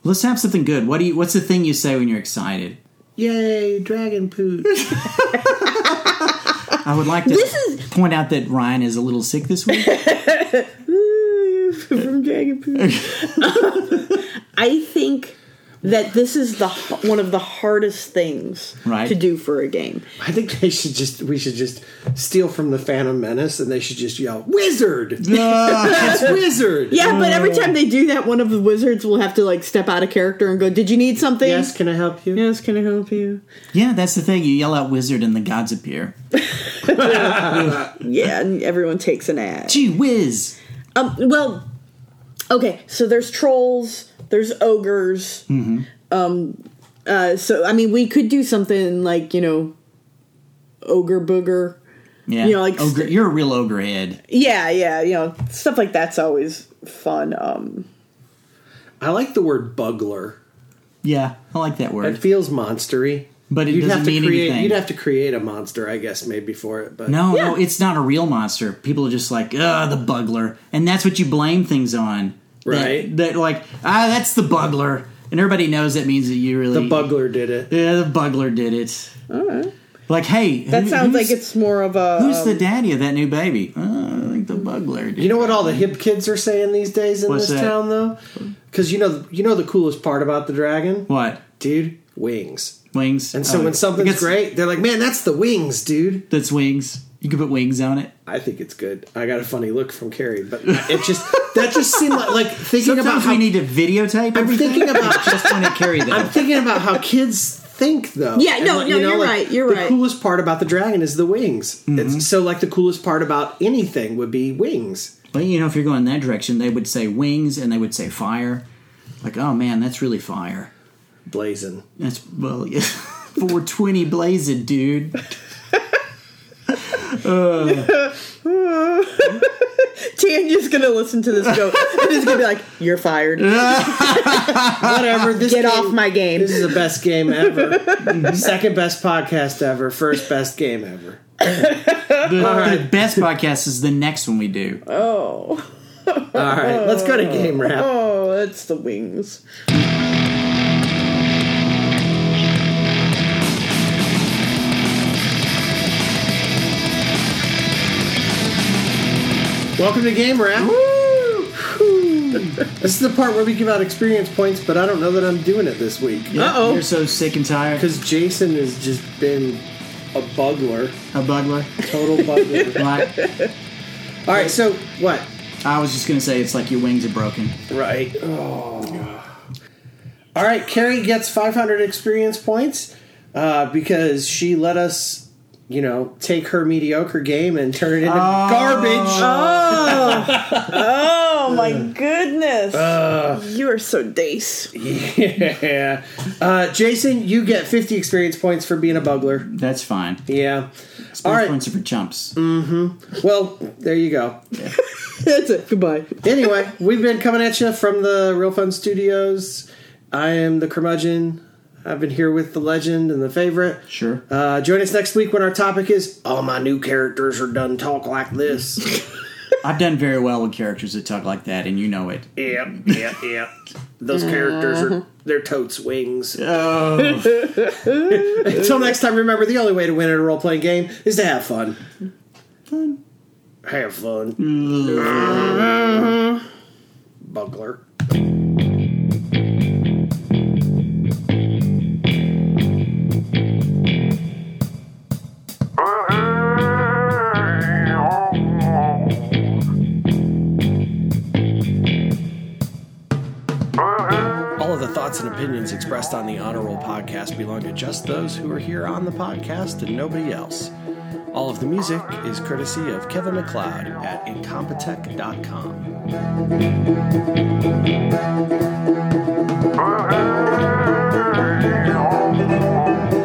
S3: Let's have something good. What do you what's the thing you say when you're excited?
S2: Yay, dragon poot.
S3: I would like to
S4: This is-
S3: point out that Ryan is a little sick this week.
S4: From Dragon Poop. I think that this is the h- one of the hardest things
S3: Right.
S4: to do for a game.
S2: I think they should just we should just steal from the Phantom Menace and they should just yell wizard. That's wizard.
S4: Yeah, but
S3: Oh.
S4: every time they do that, one of the wizards will have to like step out of character and go, "Did you need something?"
S2: Yes, can I help you?
S4: Yes, can I help you?
S3: yeah, that's the thing. You yell out wizard and the gods appear.
S4: Yeah, and everyone takes an ad.
S3: Gee whiz.
S4: Um, well, okay. So there's trolls. There's ogres. Um,
S2: Mm-hmm.
S4: uh, so I mean, we could do something like you know, ogre booger.
S3: Yeah.
S4: You know, like-
S3: ogre, you're a real ogre head.
S4: Yeah, yeah. You know, stuff like that's always fun. Um,
S2: I like the word bugler.
S3: Yeah, I like that word.
S2: It feels monstery.
S3: But it
S2: you'd
S3: doesn't
S2: have to
S3: mean
S2: create
S3: anything.
S2: you'd have to create a monster, I guess, maybe for it. But
S3: No,
S4: Yeah.
S3: no, it's not a real monster. People are just like, ah, the bugler, and that's what you blame things on, That-
S2: Right.
S3: That, like, ah, that's the bugler, and everybody knows that means that you really
S2: the bugler did it.
S3: Yeah, the bugler did it. Like, hey,
S4: that
S3: who-
S4: sounds
S3: who's-
S4: like it's more of a.
S3: Who's
S4: um,
S3: the daddy of that new baby? Oh, I think the bugler. Did.
S2: You know what all the hip kids are saying these days in
S3: What's
S2: this
S3: that?
S2: town though? Cuz you know you know the coolest part about the dragon?
S3: what?
S2: Dude, wings.
S3: Wings.
S2: And so
S3: Oh,
S2: when something's
S3: I guess
S2: great, they're like, "Man, that's the wings, dude."
S3: that's wings. You can put wings on it.
S2: I think it's good. I got a funny look from Carrie, but it just that just seemed like, like thinking
S3: Sometimes
S2: about how
S3: we need to videotape.
S2: I'm
S3: everything.
S2: thinking about
S3: just when it carry
S2: I'm
S3: that.
S2: thinking about how kids think though.
S4: Yeah,
S2: And,
S4: no,
S2: like,
S4: no, you're
S2: like,
S4: right, you're
S2: the
S4: right.
S2: coolest part about the dragon is the wings. It's, so like the coolest part about anything would be wings.
S3: But you know, if you're going that direction, they would say wings and they would say fire. Like, oh man, that's really fire.
S2: Blazing.
S3: That's well, yeah, 420 blazing, dude.
S4: Tanya's gonna listen to this and go. and is gonna be like, "You're fired.
S2: Whatever. This
S4: Get
S2: game-
S4: off my game."
S2: This is the best game ever. Second best podcast ever. First best game ever.
S3: The, the best podcast is the next one we do.
S4: Oh,
S2: All right, let's go to game wrap.
S4: oh, that's the wings.
S2: Welcome to game wrap. This is the part where we give out experience points, but I don't know that I'm doing it this week
S4: Uh-oh.
S3: You're so sick and tired.
S2: because Jason has just been a bugler,
S3: A bugler.
S2: total bugler.
S3: Like,
S2: All right, so what?
S3: I was just gonna say, it's like your wings are broken.
S2: Right. Oh. All right, Carrie gets 500 experience points uh, because she let us, you know, take her mediocre game and turn it into garbage.
S4: Oh my goodness! you are so dace.
S2: Yeah. Uh, Jason, you get 50 experience points for being a bugler.
S3: That's fine.
S2: Yeah. All
S3: All
S2: right. Mm.
S3: right. points are for chumps.
S2: Well, there you go.
S4: That's it. Goodbye.
S2: Anyway, we've been coming at you from the Real Fun Studios. I am the curmudgeon. I've been here with the legend and the favorite.
S3: Sure.
S2: Uh, join us next week when our topic is all my new characters are done talk like this.
S3: I've done very well with characters that talk like that, and you know it.
S2: yep, yep, yep. Those characters are their totes wings. Uh,
S3: Oh.
S2: Until next time, remember the only way to win at a role playing game is to have fun.
S3: Fun.
S2: Have fun. Uh-huh. Bugler. All of the thoughts and opinions expressed on the Honor Roll podcast belong to just those who are here on the podcast and nobody else. All of the music is courtesy of Kevin McLeod at incompetech.com.
S1: Oh,